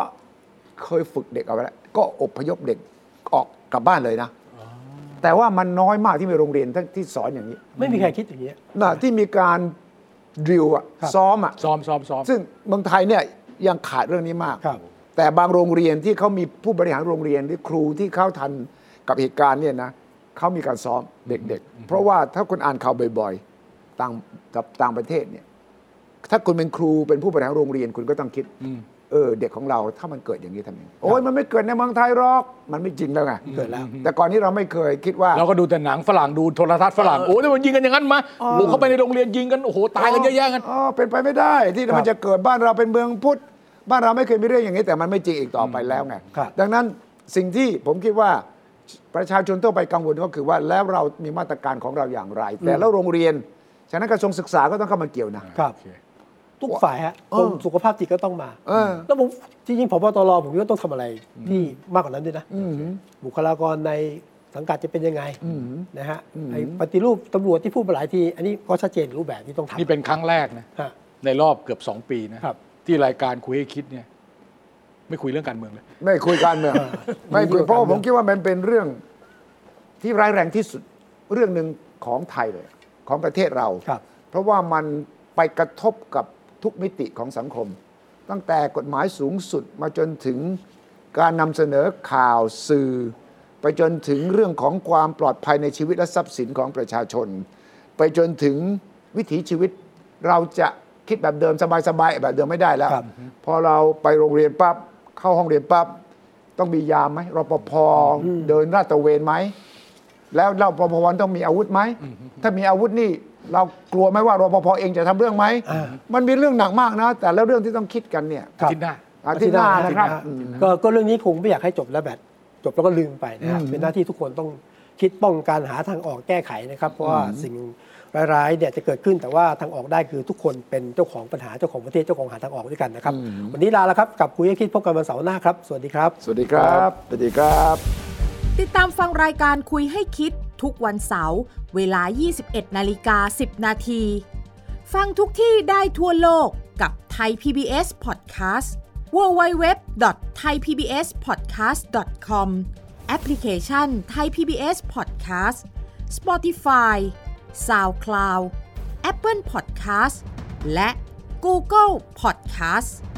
Speaker 3: เคยฝึกเด็กเอาไว้แล้วก็อพยพเด็กออกกลับบ้านเลยนะ แต่ว่ามันน้อยมากที่มีโรงเรียนที่สอนอย่างนี้
Speaker 1: ไม่มีใครคิดอย่างนี้ย
Speaker 3: น่ะที่มีการดิวอะ
Speaker 1: ครับ
Speaker 3: ซ้อมอะ
Speaker 2: ซ้อมซ้อมซ้อม
Speaker 3: ซึ่งเมืองไทยเนี่ยยังขาดเรื่องนี้มาก
Speaker 1: ครับ
Speaker 3: แต่บางโรงเรียนที่เขามีผู้บริหารโรงเรียนหรือครูที่เข้าทันกับเหตุการณ์เนี่ยนะเขามีการซ้อมเด็กๆ เพราะว่าถ้าคุณอ่านข่าวบ่อยๆต่างกับต่างประเทศเนี่ยถ้าคุณเป็นครูเป็นผู้บริหารโรงเรียนคุณก็ต้องคิดเออเด็กของเราถ้ามันเกิดอย่างนี้ทำยังไงโอ้ยมันไม่เกิดในเมืองไทยหรอกมันไม่จริงแล้วไง
Speaker 1: เกิดแล้ว
Speaker 3: แต่ก่อนนี้เราไม่เคยคิดว่า
Speaker 2: เราก็ดูแต่หนังฝรั่งดูโทรทัศน์ฝรั่งโอ้ยมันยิงกันอย่างนั้นมาบุกเข้าไปในโรงเรียนยิงกันโอ้โหตายกันเยอะแยะกัน
Speaker 3: อ๋อ เป็นไปไม่ได้ที่มันจะเกิดบ้านเราเป็นเมืองพุทธ บ้านเราไม่เคยมีเรื่องอย่างนี้แต่มันไม่จริงอีกต่อไปแล้วไง
Speaker 1: ครับ
Speaker 3: ดังนั้นสิ่งที่ผมคิดว่าประชาชนทั่วไปกังวลก็คือว่าแล้วเรามีมาตรการของเราอย่างไร แต่แล้วโรงเรียน ฉะนั้นกระทรวงศึกษาก็ต้องเข้ามาเกี่ยวนะ
Speaker 1: ครับ
Speaker 2: โอเค
Speaker 1: ทุกฝ่ายฮะ
Speaker 3: เออ
Speaker 1: คนสุขภาพจิตก็ต้องมา
Speaker 3: เออ
Speaker 1: แล้วผมจริงๆผบตรผมคิดว่าต้องทำอะไรที่มากกว่านั้นด้วยนะ บุคลากรในสังกัดจะเป็นยังไงนะฮะไอ้ปฏิรูปตำรวจที่พูดมาหลายที อันนี้ก็ชัดเจนรูปแบบที่ต้องทำ
Speaker 2: นี่เป็นครั้งแรกนะ
Speaker 1: ฮะ
Speaker 2: ในรอบเกือบ 2 ปีนะครับ ที่รายการคุยให้คิดเนี่ย ไม่คุยเรื่องการเมืองเลย
Speaker 3: ไม่คุยการเมืองไม่คุยเพราะว่าผมคิดว่ามันเป็นเรื่องที่ร้ายแรงที่สุดเรื่องหนึ่งของไทยเลยของประเทศเรา
Speaker 1: ครับ
Speaker 3: เพราะว่ามันไปกระทบกับทุกมิติของสังคม ตั้งแต่กฎหมายสูงสุดมาจนถึงการนำเสนอข่าวสื่อ ไปจนถึงเรื่องของความปลอดภัยในชีวิตและทรัพย์สินของประชาชน ไปจนถึงวิถีชีวิตเราจะคิดแบบเดิมสบายๆแบบเดิมไม่ได้แล้ว
Speaker 1: ครับ
Speaker 3: พอเราไปโรงเรียนปั๊บเข้าห้องเรียนปั๊บต้องมียามไหมรปภเดินราดตระเวนไหม แล้วเราปภวันต้องมีอาวุธไหม ถ้ามีอาวุธนี่ เรากลัวไหมว่ารปภเองจะทำเรื่องไหม
Speaker 1: อ่า
Speaker 3: มันมีเรื่องหนักมากนะ แต่แล้วเรื่องที่ต้องคิดกันเนี่ย
Speaker 1: ครับ
Speaker 2: อาทิตย์หน้า
Speaker 3: อาทิตย์หน้า
Speaker 1: อทิต
Speaker 3: นะ
Speaker 1: ย์
Speaker 3: ครับ
Speaker 1: ห
Speaker 3: อืม
Speaker 1: ก็ก็เรื่องนี้คงไม่อยากให้จบแล้วแบบจบแล้วก็ลืมไปนะครับเป็นหน้าที่ทุกคนต้องคิดป้องกันหาทางออกแก้ไขนะครับ เพราะว่าสิ่งร้ายๆเนี่ยจะเกิดขึ้นแต่ว่าทางออกได้คือทุกคนเป็นเจ้าของปัญหาเจ้าของประเทศเจ้าของหาทางออกด้วยกันนะครับ วันนี้ลาแล้วครับกับคุยให้คิดพบกันวันเสาร์หน้าครับ สวัสดีครับ
Speaker 3: สวัสดีครับ สวัสดีครับ
Speaker 4: ติดตามฟังรายการคุยให้คิดทุกวันเสาร์เวลา 21 นาฬิกา 10 นาที ฟังทุกที่ได้ทั่วโลกกับไทย PBS Podcast www.thaipbspodcast.com แอปพลิเคชัน Thai PBS Podcast Spotify SoundCloud Apple Podcast และ Google Podcast